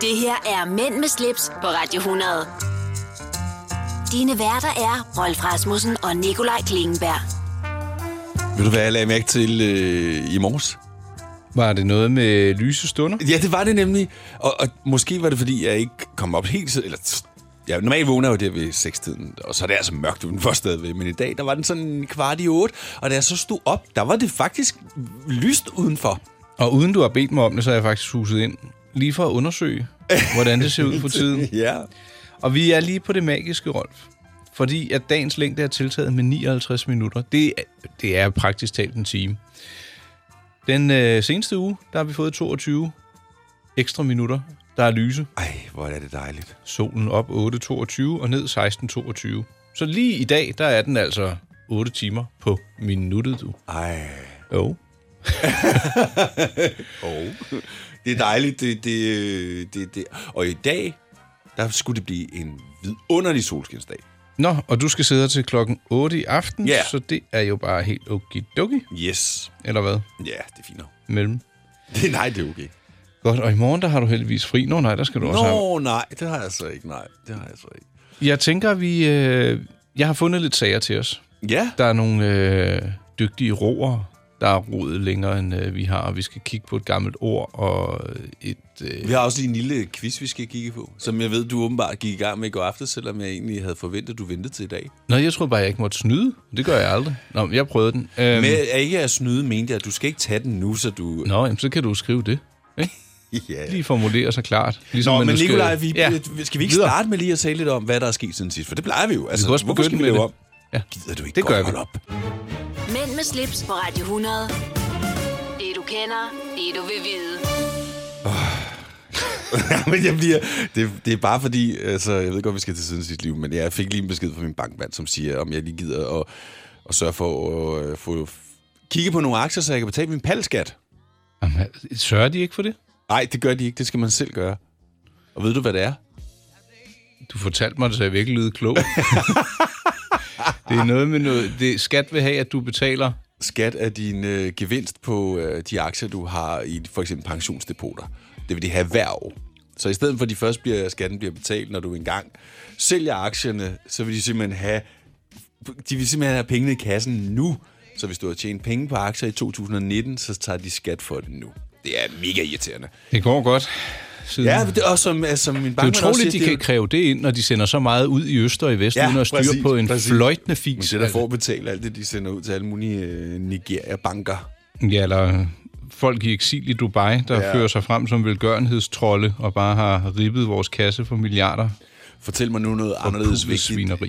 Det her er Mænd med slips på Radio 100. Dine værter er Rolf Rasmussen og Nikolaj Klingenberg. Ved du, hvad jeg lagde mærke til øh, i morges? Var det noget med lyse stunder? Ja, det var det nemlig. Og, og måske var det, fordi jeg ikke kom op helt... så- Eller, tss, ja, normalt vågner jeg jo der ved 6-tiden, og så er det altså mørkt udenfor stadigvæk. Men i dag, der var den sådan kvart i 8, og da jeg så stod op, der var det faktisk lyst udenfor. Og uden du har bedt mig om det, så er jeg faktisk huset ind. Lige for at undersøge, hvordan det ser ud for tiden. Ja. Og vi er lige på det magiske, Rolf. Fordi at dagens længde er tiltaget med 59 minutter. Det er, det er praktisk talt en time. Den øh, seneste uge, der har vi fået 22 ekstra minutter. Der er lyse. Ej, hvor er det dejligt. Solen op 8.22 og ned 16.22. Så lige i dag, der er den altså 8 timer på minuttet, du. Ej. Jo. Det er dejligt. Det, det, det, det. Og i dag, der skulle det blive en vidunderlig solskinsdag. Nå, og du skal sidde her til klokken 8 i aften, Ja. så det er jo bare helt okidoki, Yes. eller hvad? Ja, det er fint. nok. Mellem. Det, nej, det er okay. Godt, og i morgen, der har du heldigvis fri. Nå nej, der skal du også have. Nå, nej, det har jeg så ikke. Nej, det har jeg så ikke. Jeg tænker, vi... Øh, jeg har fundet lidt sager til os. Ja. Der er nogle øh, dygtige roer, der er rodet længere, end øh, vi har, og vi skal kigge på et gammelt ord og et... Øh, Vi har også lige en lille quiz, vi skal kigge på, som jeg ved, du åbenbart gik i gang med i går aftes, selvom jeg egentlig havde forventet, at du ventede til i dag. Nå, jeg tror bare, jeg ikke måtte snyde. Det gør jeg aldrig. Nå, men jeg prøvede den. Øhm, Men er ikke at snyde, mente jeg, at du skal ikke tage den nu, så du... Nå, jamen, så kan du skrive det. Ikke? Ja. Lige formulere sig klart. Ligesom, Nå, men man nu skal- Nikolaj, vi, Ja. ja. skal vi ikke Videre. starte med lige at tale lidt om, hvad der er sket siden sidst? For det plejer vi jo. Altså, kan også hvorfor skal begynde vi med lave det. om? Ja. Gider du ikke Det det gør gør godt vi. holde op? Mænd med slips på Radio 100. Det du kender, det du vil vide. men jeg bliver, det, det er bare fordi, altså, jeg ved godt, vi skal til siden sit liv, men jeg fik lige en besked fra min bankmand, som siger, om jeg lige gider at, at sørge for at øh, få kigge på nogle aktier, så jeg kan betale min palskat. Jamen, sørger de ikke for det? Nej, det gør de ikke. Det skal man selv gøre. Og ved du, hvad det er? Du fortalte mig det, så jeg virkelig lyder klog. det er noget med noget... Det, skat vil have, at du betaler... Skat af din øh, gevinst på øh, de aktier, du har i for eksempel pensionsdepoter. Det vil de have hver år. Så i stedet for, at de først bliver, skatten bliver betalt, når du engang sælger aktierne, så vil de simpelthen have, de vil simpelthen have pengene i kassen nu. Så hvis du har tjent penge på aktier i 2019, så tager de skat for det nu. Det er mega irriterende. Det går godt. Siden. Ja, men det, og som, altså, min Det er bankmand også utroligt, de siger, det er- kan kræve det ind, når de sender så meget ud i øst og i vest, ja, Ja, uden at styre præcis, på en præcis. fløjtende fis. Men det, der får betalt alt det, de sender ud til alle mulige øh, Nigeria-banker. Ja, eller folk i eksil i Dubai, der ja. Ja. fører sig frem som velgørenhedstrolle og bare har ribbet vores kasse for milliarder. Fortæl mig nu noget anderledes vigtigt. Svineri.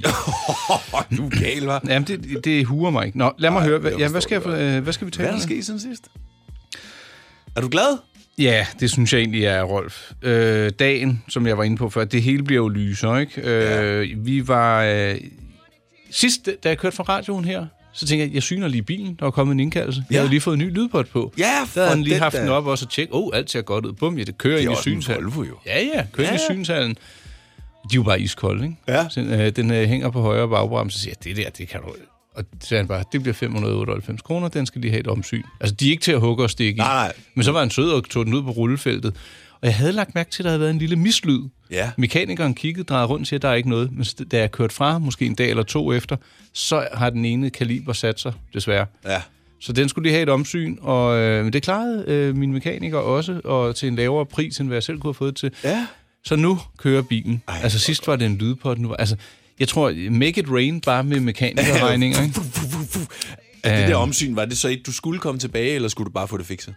du er gal, hva'? Jamen, det, det huer mig ikke. Nå, lad mig Ej, høre. Hvad, jeg ja, hvad, forstår skal jeg, det øh, hvad skal vi tale Hvad er om? der sket siden sidst? Er du glad? Ja, det synes jeg egentlig er, Rolf. Øh, dagen, som jeg var inde på før, det hele bliver jo lysere, ikke? Øh, Vi var... Øh, sidst, da jeg kørte fra radioen her, så tænkte jeg, jeg syner lige bilen, der var kommet en indkaldelse. Ja. Jeg Ja. havde lige fået en ny lydbot på. Ja, Der havde for den lige den haft den da. op og så tjekket, åh, oh, alt ser godt ud. Bum, ja, det kører ind i også en synshallen. Volvo jo. Ja, ja, kører ja, ind i Ja, ja. synshallen. De er jo bare iskolde, ikke? Ja. Så, øh, den øh, hænger på højre bagbremse, så siger jeg, det der, det kan du... Og så sagde han bare, det bliver 598 kroner, den skal lige have et omsyn. Altså, de er ikke til at hugge og stikke i. Nej, nej. Men så var han sød og tog den ud på rullefeltet. Og jeg havde lagt mærke til, at der havde været en lille mislyd. Ja. Mekanikeren kiggede, drejede rundt til, at der er ikke noget. Men s- da jeg kørte fra, måske en dag eller to efter, så har den ene kaliber sat sig, desværre. Ja. Så den skulle lige have et omsyn, og øh, men det klarede øh, min mekaniker også, og til en lavere pris, end hvad jeg selv kunne have fået det til. Ja. Så nu kører bilen. Ej, altså sidst var det en lydpot, nu var, altså jeg tror, make it rain bare med mekanikerregninger, ikke? Øhm. Fu, fu, fu, fu. Er det der omsyn, var det så et, du skulle komme tilbage, eller skulle du bare få det fikset?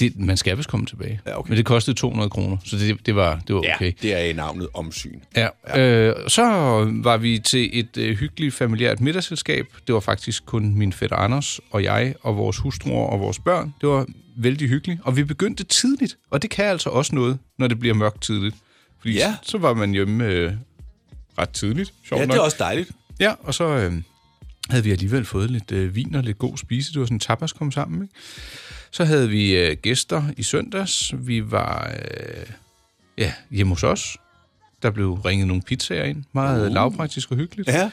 Det, man skal vist komme tilbage. Ja, okay. Men det kostede 200 kroner, så det, det, var, det var okay. Det er i navnet omsyn. Ja. Øh, så var vi til et øh, hyggeligt familiært middagsselskab. Det var faktisk kun min fætter Anders og jeg og vores hustruer og vores børn. Det var vældig hyggeligt, og vi begyndte tidligt. Og det kan altså også noget, når det bliver mørkt tidligt. Fordi Ja. så var man hjemme øh, ret tidligt, sjovt Ja, nok. det er også dejligt. Ja, og så øh, havde vi alligevel fået lidt øh, vin og lidt god spise. Det var sådan tapas kom sammen, ikke? Så havde vi øh, gæster i søndags. Vi var øh, ja, hjemme hos os. Der blev ringet nogle pizzaer ind. Meget uh. lavpraktisk og hyggeligt. Ja.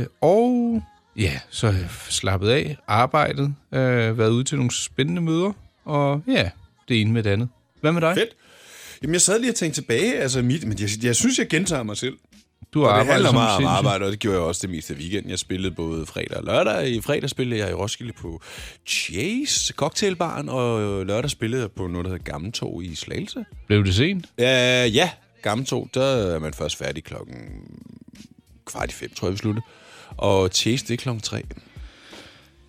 Øh, og ja, så har jeg slappet af, arbejdet, øh, været ude til nogle spændende møder. Og ja, det ene med det andet. Hvad med dig? Fedt. Jamen, jeg sad lige og tænkte tilbage, altså mit, men jeg, jeg synes, jeg gentager mig selv. Du Og det arbejder handler som meget om sindssyg. arbejde, og det gjorde jeg også det meste af weekenden. Jeg spillede både fredag og lørdag. I fredag spillede jeg i Roskilde på Chase Cocktailbaren, og lørdag spillede jeg på noget, der hedder Gammeltorv i Slagelse. Blev det sent? Ja, ja. Gammeltorv, der er man først færdig klokken kvart i fem, tror jeg, vi sluttede. Og Chase, det er klokken tre.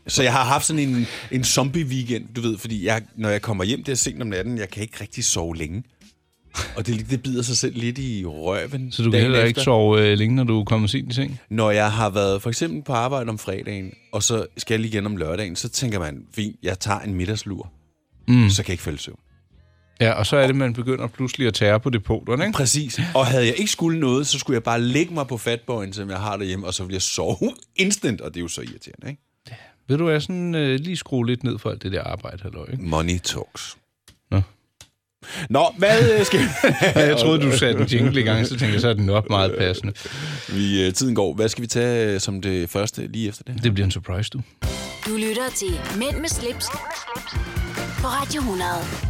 Så jeg har haft sådan en, en zombie-weekend, du ved, fordi jeg, når jeg kommer hjem, det er sent om natten, jeg kan ikke rigtig sove længe. Og det, det bider sig selv lidt i røven. Så du kan dagen heller ikke efter. sove øh, længe, når du kommer sent i seng? Når jeg har været for eksempel på arbejde om fredagen, og så skal jeg lige igen om lørdagen, så tænker man, fint, jeg tager en middagslur, mm. så kan jeg ikke falde i søvn. Ja, og så er det, man begynder pludselig at tære på depoterne, ikke? Præcis. Og havde jeg ikke skulle noget, så skulle jeg bare lægge mig på fatbøjen, som jeg har derhjemme, og så ville jeg sove instant, og det er jo så irriterende, ikke? Ved du, jeg sådan øh, lige skrue lidt ned for alt det der arbejde, halløj, ikke? Money talks. Nå. Nå, hvad øh, skal Ja, jeg troede, du satte en jingle i gang, så tænkte jeg, så er den nok meget passende. vi... Øh, tiden går. Hvad skal vi tage øh, som det første lige efter det? Det bliver en surprise, du. Du lytter til Mænd med slips, Mænd med slips. på Radio 100.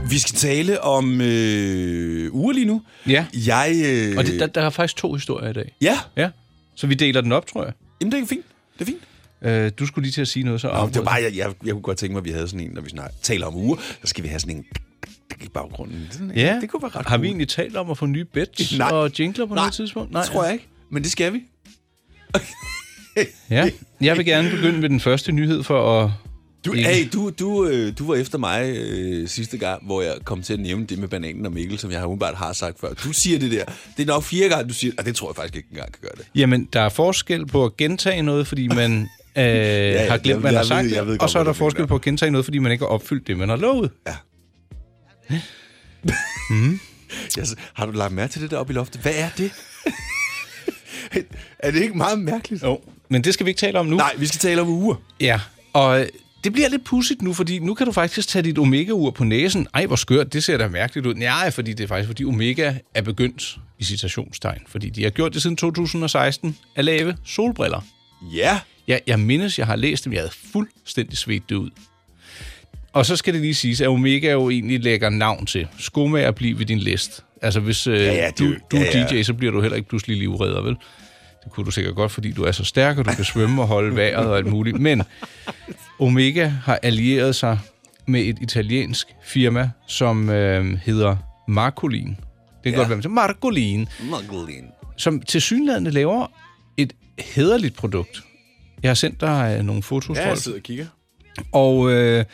Vi skal tale om øh, uger lige nu. Ja. Jeg... Øh, Og det, der, der er faktisk to historier i dag. Ja, Ja. Så vi deler den op, tror jeg. jamen det er fint. Det er fint. Øh, du skulle lige til at sige noget, så Nå, det var afbrød bare, jeg, jeg, jeg kunne godt tænke mig, at vi havde sådan en, når vi snart taler om uger, så skal vi have sådan en i baggrunden. Sådan en- jeg. Ja, det kunne være ret Har vi cool. egentlig talt om at få nye bets Nej. og jingler på Nej, noget tidspunkt? Nej, tror jeg ikke. Men det skal vi. Ja. Jeg vil gerne begynde med den første nyhed for at... Du, Ikke. hey, du, du, øh, du var efter mig øh, sidste gang, hvor jeg kom til at nævne det med bananen og Mikkel, som jeg har umiddelbart har sagt før. Du siger det der. Det er nok fire gange, du siger det. Og det tror jeg faktisk ikke engang kan gøre det. Jamen, der er forskel på at gentage noget, fordi man øh, ja, har jeg- glemt, hvad man jeg har ved- sagt, jeg ved godt, og så er hvad der du forskel mener. på at gentage noget, fordi man ikke har opfyldt det, man har lovet. Mm-hmm. Jeg, s- har du lagt mærke til det der oppe i loftet? Hvad er det? er det ikke meget mærkeligt? Jo. Men det skal vi ikke tale om nu. Nej, vi skal tale om uger. Ja, og øh, det bliver lidt pudsigt nu, fordi nu kan du faktisk tage dit omega-ur på næsen. Ej, hvor skørt, det ser da mærkeligt ud. Nej, fordi det er faktisk, fordi omega er begyndt i citationstegn. Fordi de har gjort det siden 2016 at lave solbriller. Ja. Ja, jeg mindes, jeg har læst dem. Jeg havde fuldstændig svedt det ud. Og så skal det lige siges, at Omega jo egentlig lægger navn til. Skomager at blive ved din list. Altså, hvis øh, ja, ja, det ja, er du, jo- du ja, er ja. DJ, så bliver du heller ikke pludselig livredder, vel? Det kunne du sikkert godt, fordi du er så stærk, og du kan svømme og holde vejret og alt muligt. Men Omega har allieret sig med et italiensk firma, som øh, hedder Marcolin. Det kan ja. godt være, man siger, Marcolin Mugglin. som til synlædende laver et hederligt produkt. Jeg har sendt dig øh, nogle fotos, Ja, ja, jeg sidder og kigger. og øh,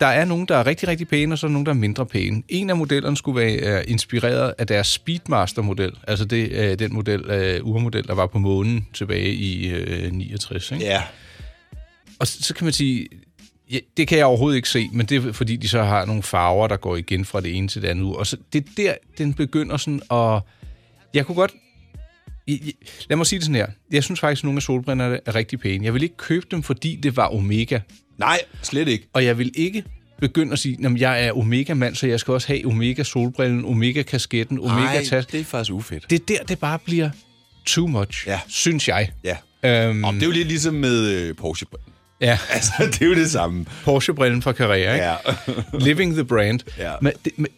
der er nogen, der er rigtig, rigtig pæne, og så er nogen, der er mindre pæne. En af modellerne skulle være øh, inspireret af deres Speedmaster-model, altså det, øh, den model, øh, urmodel, der var på månen tilbage i øh, 69. Ikke? Ja. Og så, så kan man sige, ja, det kan jeg overhovedet ikke se, men det er fordi, de så har nogle farver, der går igen fra det ene til det andet ud. Og så, det er der, den begynder sådan at... Jeg kunne godt... I- I- Lad mig sige det sådan her. Jeg synes faktisk, at nogle af solbrillerne er rigtig pæne. Jeg vil ikke købe dem, fordi det var Omega. Nej, slet ikke. Og jeg vil ikke begynde at sige, at jeg er Omega-mand, så jeg skal også have Omega-solbrillen, Omega-kasketten, Omega-tasken. det er faktisk ufedt. Det er der, det bare bliver too much, Ja. synes jeg. Ja. Øhm, Om, det er jo lidt ligesom med øh, Porsche. ja, Altså, det er jo det samme. Porsche-brillen fra Carrera, ikke? Ja. Living the brand. Ja. Men, det, men,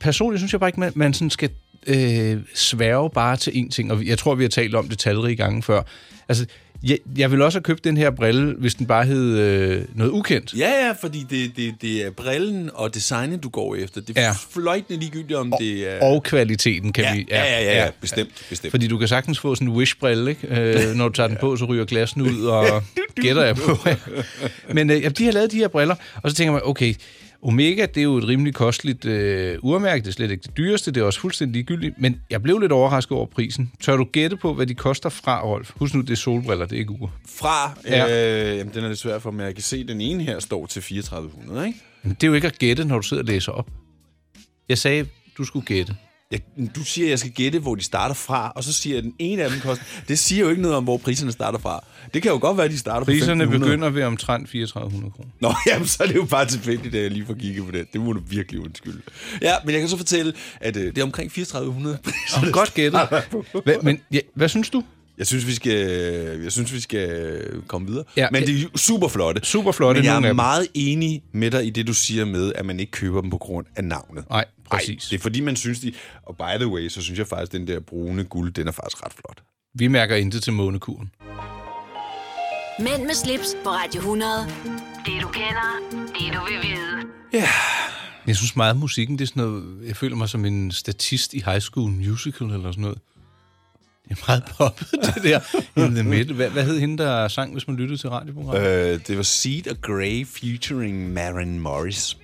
personligt synes jeg bare ikke, man, man sådan skal øh, sværge bare til én ting, og jeg tror, vi har talt om det talrige gange før. Altså, jeg, jeg ville også have købt den her brille, hvis den bare hed øh, noget ukendt. ja, ja, fordi det, det, det er brillen og designet, du går efter. Det er Ja. ja. fløjtende ligegyldigt, om det er... Og kvaliteten kan ja, vi... ja, ja, ja, ja, bestemt, bestemt. Fordi du kan sagtens få sådan en wish-brille, ikke? Øh, når du tager den på, så ryger glassen ud, og gætter jeg på. Men øh, jamen, de har lavet de her briller, og så tænker man, okay, Omega, det er jo et rimelig kosteligt øh, urmærke, det er slet ikke det dyreste, det er også fuldstændig ligegyldigt, men jeg blev lidt overrasket over prisen. Tør du gætte på, hvad de koster fra, Rolf? Husk nu, det er solbriller, det er ikke ure. Fra, Ja. ja. øh, jamen, den er lidt svær for, men jeg kan se, at den ene her står til 3400, ikke? Men det er jo ikke at gætte, når du sidder og læser op. Jeg sagde, du skulle gætte. Jeg, du siger, at jeg skal gætte, hvor de starter fra, og så siger jeg, at den ene af dem koster... Det siger jo ikke noget om, hvor priserne starter fra. Det kan jo godt være, at de starter Priserne fra 1500. begynder ved omtrent 3400 kroner. Nå, jamen, så er det jo bare tilfældigt, at jeg lige får kigget på det. Det må du virkelig undskylde. Ja, men jeg kan så fortælle, at øh, det er omkring 3400 priser. Godt gættet. Hva, men ja, hvad synes du? Jeg synes, vi skal, jeg synes, vi skal komme videre. Ja, Ja, men det er jo super flotte. Superflotte, Men nogle jeg af er dem. meget enig med dig i det, du siger med, at man ikke køber dem på grund af navnet. Nej, præcis. det er fordi, man synes, de... Og by the way, så synes jeg faktisk, den der brune guld, den er faktisk ret flot. Vi mærker intet til månekuren. Mænd med slips på Radio 100. Det du kender, det du vil vide. Jeg synes meget, at musikken, det er sådan noget... Jeg føler mig som en statist i High School Musical eller sådan noget. Det er meget poppet, det der. In the middle. Hvad, hvad hed hende, der sang, hvis man lyttede til radioprogrammet? Øh, det var Seed og Grey featuring Maren Morris.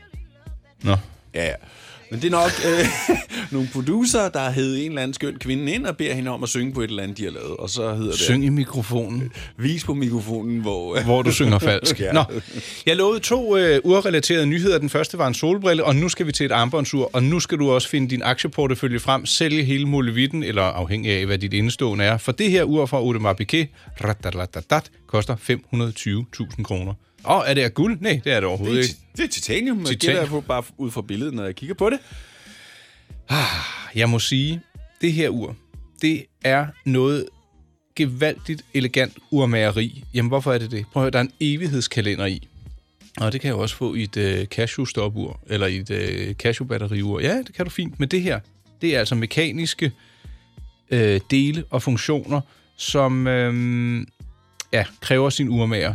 Nå. Ja, ja. Men det er nok øh, nogle producer, der har hævet en eller anden skøn kvinde ind og beder hende om at synge på et eller andet, de har lavet. Og så hedder det... Syng i mikrofonen, Vis på mikrofonen, hvor... Øh, hvor du synger falsk. Ja. Nå, jeg lovede to øh, urrelaterede nyheder. Den første var en solbrille, og nu skal vi til et armbåndsur. Og nu skal du også finde din aktieportefølje frem, sælge hele molevitten, eller afhængig af, hvad dit indestående er. For det her ur fra Audemars Piguet, ratatatat, koster 520.000 kroner. Og er det af guld? Nej, det er det overhovedet det, er, ikke. ti- det er titanium, jeg Titanium. gætter jeg på, bare ud fra billedet, når jeg kigger på det. Jeg må sige, det her ur, det er noget gevaldigt elegant urmageri. Jamen, hvorfor er det det? Prøv at høre, der er en evighedskalender i. Og det kan jeg jo også få i et øh, Casio-stopur, eller i et øh, Casio-batteriur. Ja, det kan du fint, men det her, det er altså mekaniske øh, dele og funktioner, som øh, ja, kræver sin urmager.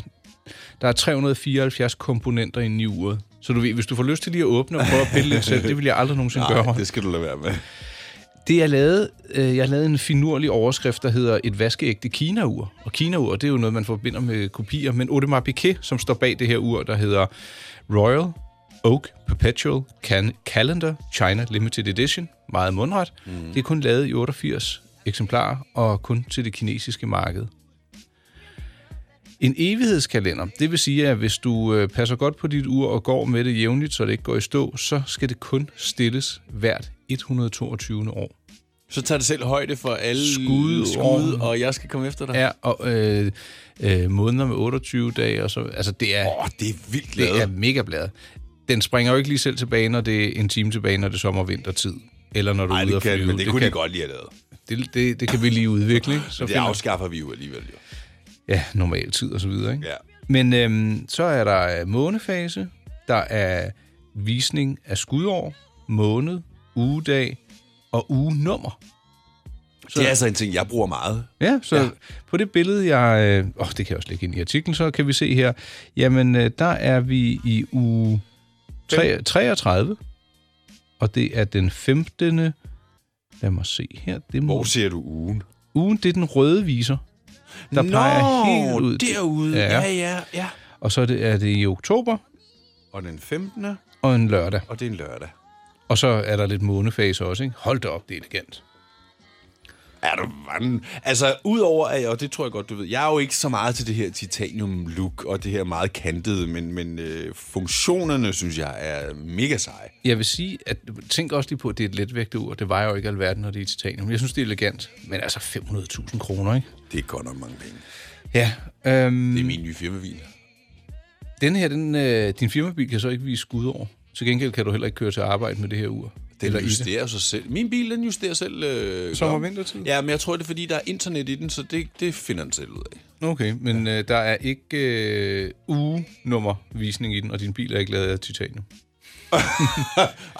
Der er 374 komponenter inde i uret. Så du ved, hvis du får lyst til lige at åbne og prøve at pille lidt selv, det vil jeg aldrig nogensinde gøre. Nej, det skal du lade være med. Det jeg lavede, øh, jeg lavede en finurlig overskrift, der hedder Et vaskeægte Kina-ur. Og Kina-ur, det er jo noget, man forbinder med kopier. Men Audemars Piguet, som står bag det her ur, der hedder Royal Oak Perpetual Can Calendar China Limited Edition. Meget mundret. Mm. Det er kun lavet i 88 eksemplarer, og kun til det kinesiske marked. En evighedskalender, det vil sige, at hvis du øh, passer godt på dit ur og går med det jævnligt, så det ikke går i stå, så skal det kun stilles hvert 122. år. Så tager det selv højde for alle Skud, skud orm. og jeg skal komme efter dig. Ja, og øh, øh, måneder med 28 dage og så. Altså, det er, Åh, oh, det er vildt det er lavet. mega bladet. Den springer jo ikke lige selv tilbage, når det er en time tilbage, når det er sommer- og vintertid. Eller når du Nej, er ude det at kan, flyve. men det, kunne kan, de godt lige have lavet. Det, det, det kan vi lige udvikle. ikke? Så Det finder- afskaffer vi jo alligevel. Jo. Ja, normal tid og så videre. Ikke? Ja. Men øhm, så er der øh, månefase, der er visning af skudår, måned, ugedag og ugenummer. Så. Det er altså en ting, jeg bruger meget. Ja, så Ja. ja. på det billede, jeg... Øh, åh, det kan jeg også lægge ind i artiklen, så kan vi se her. Jamen, øh, der er vi i uge tre- 33, og det er den 15. Lad mig se her. Det Hvor må, ser du ugen? ugen, det er den røde viser, der Nå, peger helt ud. til- derude. Ja. Ja. ja, ja, ja. Og så er det, er det i oktober Og den 15. og en lørdag. og det er en lørdag. Og så er der lidt månefase også, ikke? Hold da op, det er elegant. Er du vanden? Altså, udover at, og det tror jeg godt, du ved, jeg er jo ikke så meget til det her titanium-look og det her meget kantede, men, men øh, funktionerne, synes jeg, er mega seje. Jeg vil sige, at tænk også lige på, at det er et letvægtet ur. Det vejer jo ikke alverden, når det er titanium. Jeg synes, det er elegant. Men altså 500.000 kroner, ikke? Det er godt nok mange penge. Ja, øhm, Det er min nye firmabil. den her, den, øh, din firmabil kan så ikke vise skud over. Til gengæld kan du heller ikke køre til arbejde med det her ur. Den Eller justerer sig selv. Min bil, den justerer selv. Øh, Sommer- og klokken. vintertid? Ja, men jeg tror, det er, fordi der er internet i den, så det, det finder den selv ud af. Okay, men øh, der er ikke øh, ugenummervisning i den, og din bil er ikke lavet af titanium.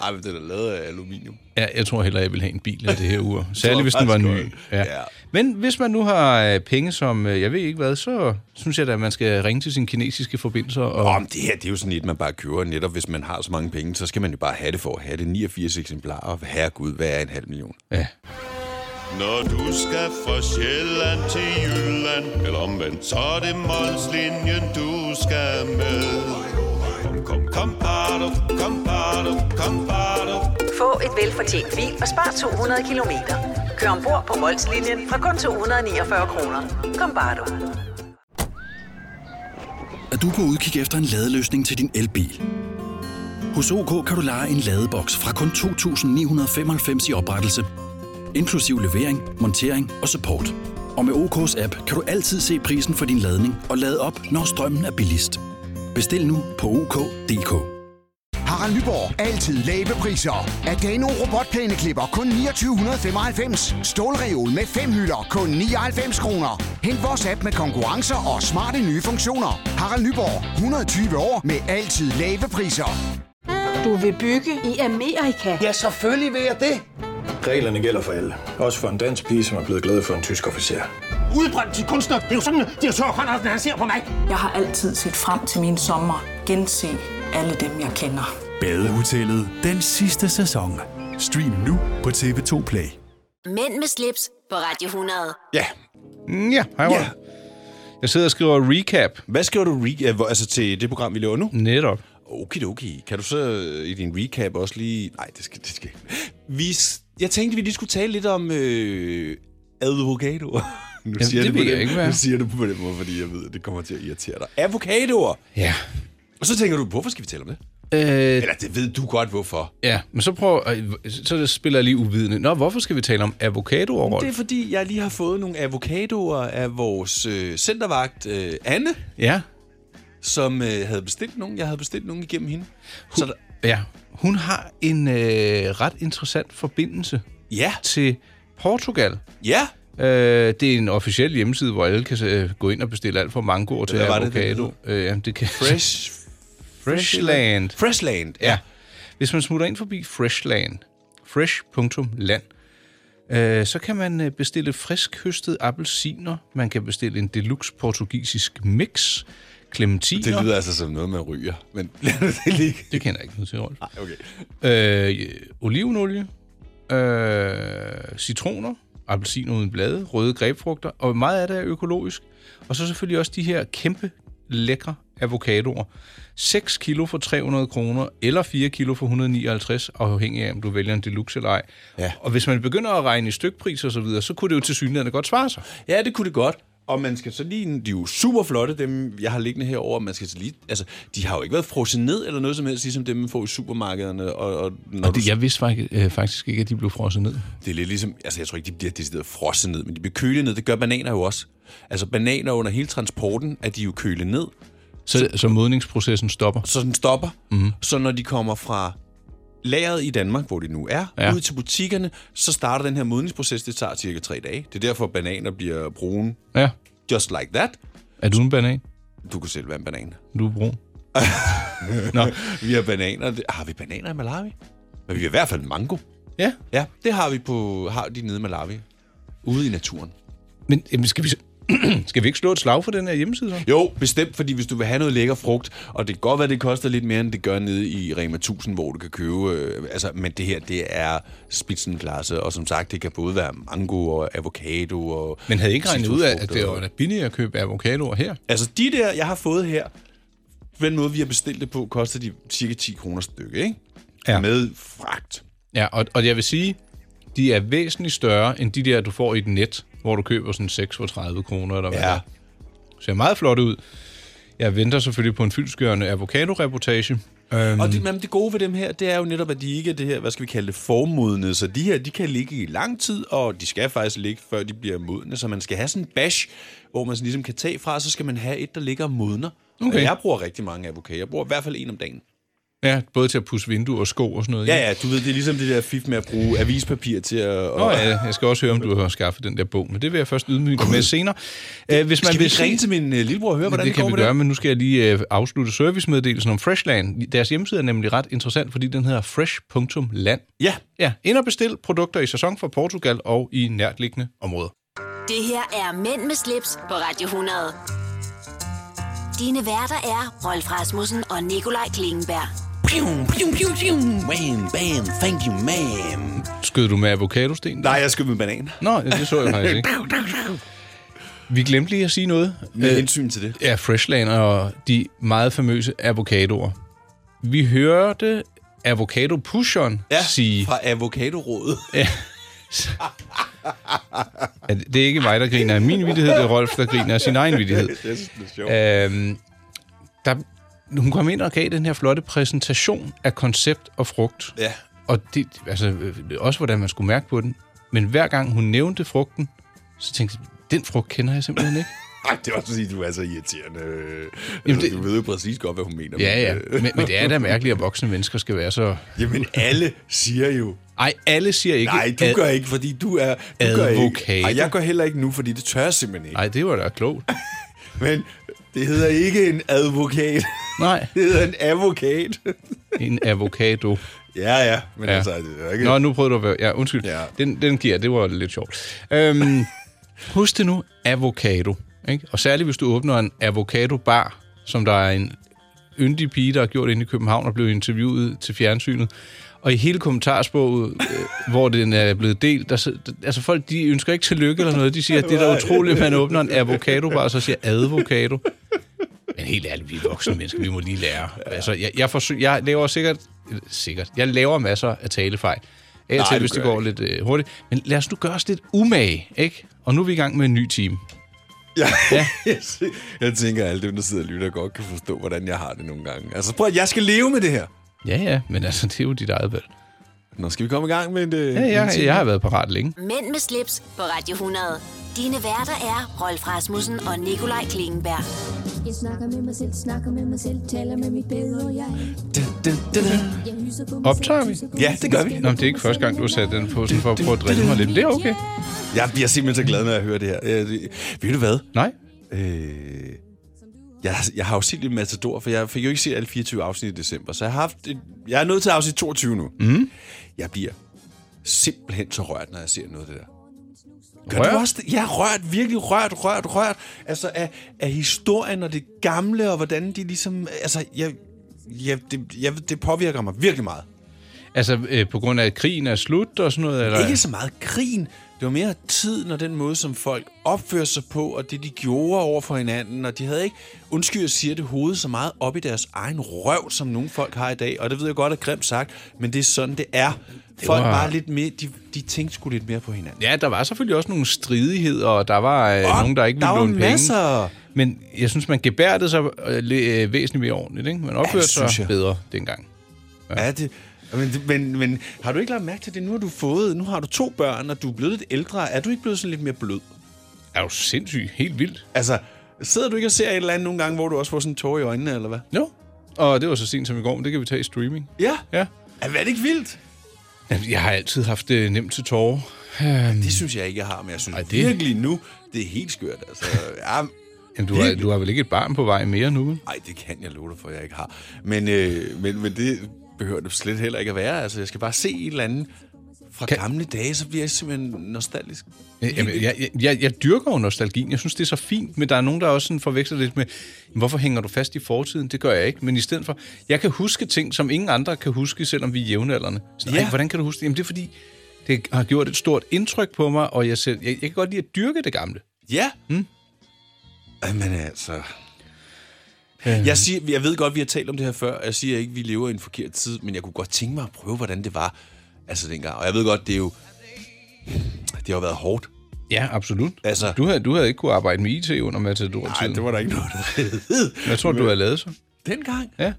Ej, men den er lavet af aluminium. Ja, jeg tror heller, jeg vil have en bil af det her ur. Særligt, hvis den var faktisk ny. godt. Ja. Ja. Men hvis man nu har øh, penge som, øh, jeg ved ikke hvad, så synes jeg da, at man skal ringe til sine kinesiske forbindelser. Og, Om det her, det er jo sådan et, man bare kører netop, hvis man har så mange penge, så skal man jo bare have det for at have det. 89 eksemplarer, herregud, hvad er en halv million? ja. Når du skal fra Sjælland til Jylland Eller omvendt, så er det Molslinjen, du skal med Kom, kom, kom, bado, kom, bado, kom, bado. Få et velfortjent bil og spar 200 kilometer. Kør ombord på Molslinjen fra kun 249 kroner. Kom bare du. at du er på udkig efter en ladeløsning til din elbil. Hos OK kan du lege en ladeboks fra kun 2.995 i oprettelse, inklusiv levering, montering og support. Og med OK's app kan du altid se prisen for din ladning og lade op, når strømmen er billigst. Bestil nu på OK.dk. Harald Nyborg. Altid lave priser. Adano robotplæneklipper kun 2995. Stålreol med fem hylder kun 99 kroner. Hent vores app med konkurrencer og smarte nye funktioner. Harald Nyborg. 120 år med altid lave priser. du vil bygge i Amerika. Ja, selvfølgelig vil jeg det. Reglerne gælder for alle. Også for en dansk pige, som er blevet glad for en tysk officer. Udbrændt til kunstner. Det er jo sådan, at de har tørt, han ser på mig. Jeg har altid set frem til min sommer. Gense alle dem, jeg kender. Badehotellet den sidste sæson. Stream nu på TV2 Play. Mænd med slips på Radio 100. Ja. Mm, Ja, hej ja. Jeg sidder og skriver recap. Hvad skriver du re- ja, hvor- altså, til det program, vi laver nu? Netop. Okay, okay. Kan du så øh, i din recap også lige... Nej, det skal, det skal. Vi, s- jeg tænkte, vi lige skulle tale lidt om øh, advokatoer. Nu Jamen, det på ved jeg den, ikke, hvad er. Nu siger du på den måde, fordi jeg ved, at det kommer til at irritere dig. Advokatoer! Ja. Og så tænker du, hvorfor skal vi tale om det? Øh, Eller det ved du godt, hvorfor. ja, men så prøv, øh, så spiller jeg lige uvidende. Nå, hvorfor skal vi tale om avocadoer, Det er Rolf? fordi, jeg lige har fået nogle avocadoer af vores øh, centervagt, øh, Anne, Ja, som øh, havde bestilt nogle. Jeg havde bestilt nogle igennem hende. Så der, ja. Hun har en øh, ret interessant forbindelse ja, til Portugal. ja. Øh, det er en officiel hjemmeside, hvor alle kan øh, gå ind og bestille alt fra mangoer til Hvad var det, det avocado. Øh, jamen, det kan... Fresh... Freshland. Freshland, ja. Ja. Hvis man smutter ind forbi Freshland, fresh.land, øh, så kan man øh, bestille frisk høstet appelsiner, man kan bestille en deluxe portugisisk mix, clementiner. Det lyder altså som noget, man ryger. Men lad nu det ligge. Det kender jeg ikke noget til, Rolf. Ej, okay. Øh, øh, olivenolie, øh, citroner, appelsiner uden blade, røde grebfrugter, og meget af det er økologisk. Og så selvfølgelig også de her kæmpe lækre avocadoer. 6 kilo for 300 kroner, eller 4 kilo for 159, afhængig af, om du vælger en deluxe eller ej. Ja. Og hvis man begynder at regne i stykpris og så videre, så kunne det jo til synligheden godt svare sig. Ja, det kunne det godt. Og man skal så lige... De er jo super flotte, dem jeg har liggende herover. Man skal så lige... Altså, de har jo ikke været frosset ned eller noget som helst, ligesom dem, man får i supermarkederne. Og, og, når du, jeg vidste faktisk, øh, faktisk ikke, at de blev frosset ned. det er lidt ligesom... Altså, jeg tror ikke, de bliver decideret frosset ned, men de bliver kølet ned. Det gør bananer jo også. Altså, bananer under hele transporten er de jo kølet ned, Så, så modningsprocessen stopper. så den stopper. Mm. Så når de kommer fra lageret i Danmark, hvor de nu er, ja. Ja. ud til butikkerne, så starter den her modningsproces. Det tager cirka tre dage. Det er derfor, bananer bliver brune Ja. just like that. Er du en banan? Du kunne selv være en banan. Du er brun. Vi har bananer. Det- Har vi bananer i Malawi? Men vi har i hvert fald mango. Ja. Ja, det har vi på har de nede i Malawi. Ude i naturen. Men jamen, skal, vi, så- skal vi ikke slå et slag for den her hjemmeside? Så? Jo, bestemt, fordi hvis du vil have noget lækker frugt, og det kan godt være, det koster lidt mere, end det gør nede i Rema 1000, hvor du kan købe... Øh, altså, men det her, det er spitsenklasse, og som sagt, det kan både være mango og avocado og... Men havde I ikke regnet ud af, at det citrusfrugter. var da billigere at købe avocadoer her? Altså, de der, jeg har fået her, på den måde, vi har bestilt det på, koster de cirka 10 kroner stykke, ikke? Ja. Med fragt. Ja, og, og jeg vil sige, de er væsentligt større end de der, du får i et net, hvor du køber sådan 6 for 30 kroner eller hvad Ja. ja. Ser meget flot ud. Jeg venter selvfølgelig på en fyldskørende avocado-reportage. Øhm, Og det, men det gode ved dem her, det er jo netop, at de ikke er det her, hvad skal vi kalde det, formodne. Så de her, de kan ligge i lang tid, og de skal faktisk ligge, før de bliver modne. Så man skal have sådan en bash, hvor man sådan ligesom kan tage fra, og så skal man have et, der ligger og modner. Okay. Mm. Og jeg bruger rigtig mange avocadoer. Jeg bruger i hvert fald en om dagen. ja, både til at pusse vinduer og sko og sådan noget. Ja, ja, du ved, det er ligesom det der fif med at bruge avispapir til at... Nå, ja, jeg skal også høre, om du har skaffet den der bog, men det vil jeg først ydmyge dig med senere. Øh, hvis man Skal vi vil ikke ringe se- til min øh, lillebror og høre, hvordan det, det, kan går vi med det? gøre, men nu skal jeg lige øh, afslutte servicemeddelelsen om Freshland. Deres hjemmeside er nemlig ret interessant, fordi den hedder fresh.land. Ja, Ja, ind og bestil produkter i sæson fra Portugal og i nærtliggende områder. Det her er Mænd med slips på Radio 100. Dine værter er Rolf Rasmussen og Nikolaj Klingenberg. Skød du med avocadosten? nej, jeg skal med banan. Nå, ja, det så jeg faktisk ikke. Vi glemte lige at sige noget. Med Øh, hensyn til det. Ja, Freshland og de meget famøse avocadoer. Vi hørte avocado pusheren Ja, sige... fra avocadorådet. at det er ikke mig, der griner af min vittighed, det er Rolf, der griner af sin egen vittighed. Øhm, der, hun kom ind og gav den her flotte præsentation af koncept og frugt. Ja. Og det, altså, øh, også hvordan man skulle mærke på den. Men hver gang hun nævnte frugten, så tænkte jeg, den frugt kender jeg simpelthen ikke. Ej, det var også fordi, du er så irriterende. Jamen, Jamen, det... det- Du ved jo præcis godt, hvad hun mener. Ja, ja. øh, Men, men det er da mærkeligt, at voksne mennesker skal være så... Jamen, alle siger jo... Ej, alle siger ikke... Nej, du ad- gør ikke, fordi du er... Du gør ikke. Advokat. Ej, jeg gør heller ikke nu, fordi det tør jeg simpelthen ikke. Ej, det var da klogt. Men det hedder ikke en advokat. Nej. Det hedder en avokat. en avocado. Ja, ja. Men altså, det er ikke... Nå, nu prøvede du at være... Ja, undskyld. Ja. Den, den giver, det var lidt sjovt. Øhm, husk det nu, avocado. Ikke? Og særligt, hvis du åbner en avocado-bar, som der er en yndig pige, der har gjort inde i København og blev interviewet til fjernsynet. Og i hele kommentarsproget, øh, hvor den er blevet delt, der, sid- altså folk, de ønsker ikke tillykke eller noget. De siger, at det er da utroligt, at man åbner en avocado-bar, og så siger advokado. Men helt ærligt, vi er voksne mennesker, vi må lige lære. Altså, jeg, jeg, forsøg, jeg laver sikkert, eller sikkert, jeg laver masser af talefejl. Af og Nej, til, det hvis det gør går lidt øh, hurtigt. Men lad os nu gøre os lidt umage, ikke? Og nu er vi i gang med en ny time. Jeg tænker, at alle dem, der sidder og lytter, godt kan forstå, hvordan jeg har det nogle gange. Altså, prøv at jeg skal leve med det her. Ja, ja, men altså, det er jo dit eget valg. Nå, skal vi komme i gang med en... øh, Ja, en jeg, ting? jeg har været parat længe. Mænd med slips på Radio 100. Dine værter er Rolf Rasmussen og Nikolaj Klingenberg. Jeg snakker med mig selv, snakker med mig selv, taler med mit bedre jeg. Jeg hyser på mig Optager vi? Ja, det gør vi. Nå, men det er ikke første gang, du har sat den på, sådan for at prøve at drille mig lidt. Det er okay. Jeg bliver simpelthen så glad, når jeg hører det her. Øh, det- ved du hvad? Nej. Øh, jeg, jeg har jo set lidt Matador, for jeg fik jo ikke set alle 24 afsnit i december, så jeg har haft... et- Jeg er nået til afsnit 22 nu. Mm. Jeg bliver simpelthen så rørt, når jeg ser noget af det der. Gør Rørt? du også det? Jeg er rørt, virkelig rørt, rørt, rørt. Altså af, af historien og det gamle, og hvordan de ligesom... Altså, jeg, jeg, det, jeg, det påvirker mig virkelig meget. Altså, øh, på grund af, at krigen er slut og sådan noget? Eller? Ikke så meget krigen. Det var mere tiden og den måde, som folk opførte sig på, og det, de gjorde over for hinanden. Og de havde ikke, undskyld, jeg siger det, hovedet så meget op i deres egen røv, som nogle folk har i dag. Og det ved jeg godt er grimt sagt, men det er sådan, det er. Folk var- var... bare lidt mere, de, de tænkte sgu lidt mere på hinanden. Ja, der var selvfølgelig også nogle stridigheder, og der var Åh, øh, nogen, der ikke der ville var låne penge. masser. Men jeg synes, man gebærdede sig øh, le- øh, væsentligt mere ordentligt. Ikke? Man opførte sig synes jeg. bedre dengang. Ja. Er det, men, men, men har du ikke lagt mærke til det? Nu har du fået, nu har du to børn, og du er blevet lidt ældre. Er du ikke blevet sådan lidt mere blød? Er jo sindssygt. Helt vildt. Altså, sidder du ikke og ser et eller andet nogle gange, hvor du også får sådan en tår i øjnene, eller hvad? Jo. Og det var så sent som i går, men det kan vi tage i streaming. Ja. Ja. Er det ikke vildt? Jamen, Jeg har altid haft det nemt til tårer. Øhm, Det synes jeg ikke, jeg har, men jeg synes Ej, det- det... virkelig nu, det er helt skørt. Altså, ja, Jamen, du, har, du har vel ikke et barn på vej mere nu? vel? ej, det kan jeg love dig for, jeg ikke har. Men, øh, men, men det behøver det slet heller ikke at være. Altså, jeg skal bare se et eller andet fra kan... gamle dage, så bliver jeg simpelthen nostalgisk. Øh, Jamen, jeg, jeg, jeg, jeg dyrker jo nostalgien. Jeg synes, det er så fint, men der er nogen, der også sådan forveksler lidt med, "Men hvorfor hænger du fast i fortiden? Det gør jeg ikke. Men i stedet for, jeg kan huske ting, som ingen andre kan huske, selvom vi er jævnaldrende. Sådan, Ja. ja. Hvordan kan du huske det? Jamen, det er fordi, det har gjort et stort indtryk på mig, og jeg, selv, jeg, jeg kan godt lide at dyrke det gamle. Ja. Mm. Men altså... Jeg, siger, jeg ved godt, vi har talt om det her før, og jeg siger ikke, at vi lever i en forkert tid, men jeg kunne godt tænke mig at prøve, hvordan det var altså dengang. Og jeg ved godt, det er jo... Det har jo været hårdt. Ja, absolut. Altså, Du havde, du havde ikke kunne arbejde med IT under Matador-tiden. var der ikke noget, der hed. Hvad tror du, du havde lavet så? Dengang? Ja.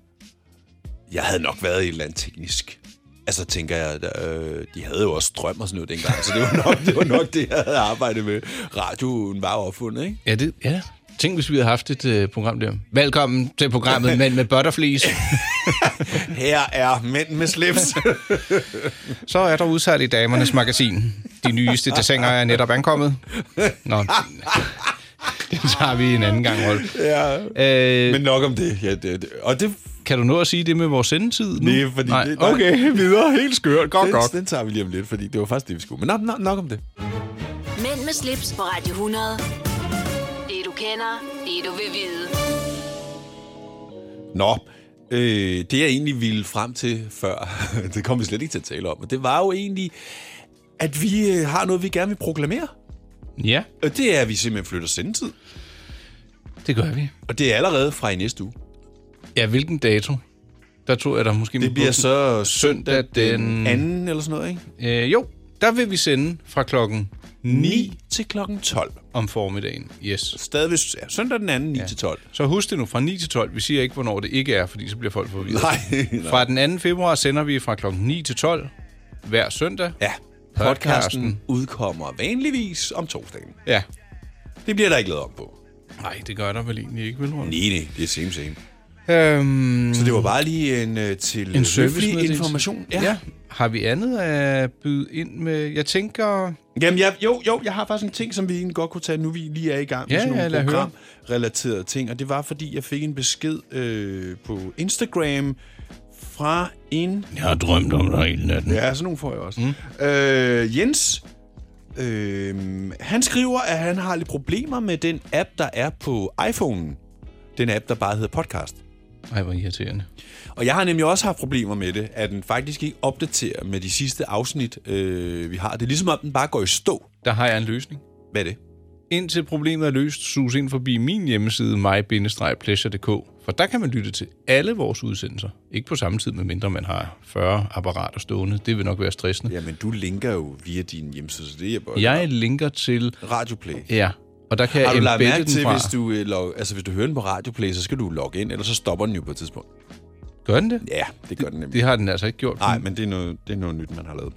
Jeg havde nok været i et eller andet teknisk. Altså, tænker jeg, der, øh, de havde jo også strøm og sådan noget dengang, så det var nok det, var nok det jeg havde arbejdet med. Radioen var jo opfundet, ikke? Ja, det, ja. Tænk, hvis vi havde haft et øh, program der. Velkommen til programmet Mænd med Butterflies. Her er mænd med slips. Så er der udsalg i damernes magasin. De nyeste dessiner er netop ankommet. Nå, den tager vi en anden gang, Rolf. ja, Øh, men nok om det. Ja, det, det. Og det... kan du nå at sige det med vores sendetid nu? Nej, fordi det- nej. okay, videre. Helt skørt. Godt, den, godt. den tager vi lige om lidt, fordi det var faktisk det, vi skulle. Men nok, nok, nok om det. Mænd med slips på Radio 100. Det du kender, det du vil vide. Nå, øh, det jeg egentlig ville frem til før, det kom vi slet ikke til at tale om, men det var jo egentlig, at vi øh, har noget, vi gerne vil proklamere. Ja, Og det er, at vi simpelthen flytter sendetid. det gør vi. Og det er allerede fra i næste uge. Ja, hvilken dato? Der tror jeg, der måske... Det bliver så søndag den... anden eller sådan noget, ikke? Øh, jo, der vil vi sende fra klokken 9 til klokken 12. om formiddagen. Yes. Stadigvæk ja, søndag den anden 9 til 12. Så husk det nu, fra 9 til 12. Vi siger ikke, hvornår det ikke er, fordi så bliver folk forvirret. Nej. Fra den 2. februar sender vi fra klokken 9 til 12 hver søndag. Ja, podcasten udkommer vanligvis om torsdagen. Ja. Det bliver der ikke lavet om på. Nej, det gør der vel egentlig ikke, vel? Rolf? Nej, nej, det er same same. Øhm, Så det var bare lige en øh, til en høflig service information. Ja. ja. Har vi andet at byde ind med? Jeg tænker... Jamen, jeg, jo, jo, jeg har faktisk en ting, som vi egentlig godt kunne tage, nu vi lige er i gang med Ja, sådan ja, nogle lad høre. programrelaterede ting. Og det var, fordi jeg fik en besked øh, på Instagram fra en... Jeg har drømt om dig hele natten. Ja, sådan nogle får jeg også. Mm. Øh, Jens, øh, han skriver, at han har lidt problemer med den app, der er på iPhone'en. Den app, der bare hedder podcast. Ej, hvor irriterende. Og jeg har nemlig også haft problemer med det, at den faktisk ikke opdaterer med de sidste afsnit, øh, vi har. Det er ligesom om, den bare går i stå. Der har jeg en løsning. Hvad er det? Indtil problemet er løst, sus ind forbi min hjemmeside my-pleasure.dk, for der kan man lytte til alle vores udsendelser. Ikke på samme tid, medmindre man har 40 apparater stående. Det vil nok være stressende. Jamen, du linker jo via din hjemmeside, så det er bare... Jeg linker til... Radioplay. Ja, og der kan har jeg du lagt embedde mærke den til, fra. hvis du, øh, log, altså, hvis du hører den på Radioplay, så skal du logge ind, ellers så stopper den jo på et tidspunkt. Gør den det? Ja, det gør den nemlig. Det har den altså ikke gjort. Nej, men det er, noget, det er noget nyt, man har lavet.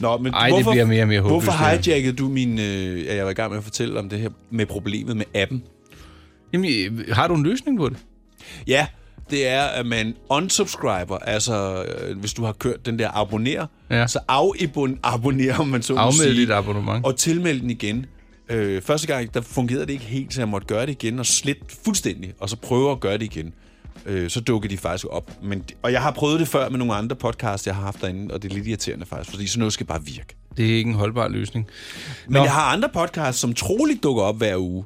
Nå, men Ej, det hvorfor, bliver mere og mere håbløst, Hvorfor det her. hijackede du min... Øh, at jeg var i gang med at fortælle om det her med problemet med appen. Jamen, øh, har du en løsning på det? Ja, det er, at man unsubscriber, altså øh, hvis du har kørt den der abonner, Ja. ja. så afabonnerer, om man så må Afmeld sige, dit abonnement. og tilmeld den igen. Øh, første gang, der fungerede det ikke helt, så jeg måtte gøre det igen og slet fuldstændig, og så prøve at gøre det igen. Øh, så dukker de faktisk op. Men, og jeg har prøvet det før med nogle andre podcasts, jeg har haft derinde, og det er lidt irriterende faktisk, fordi sådan noget skal bare virke. Det er ikke en holdbar løsning. Men jeg har andre podcasts, som troligt dukker op hver uge.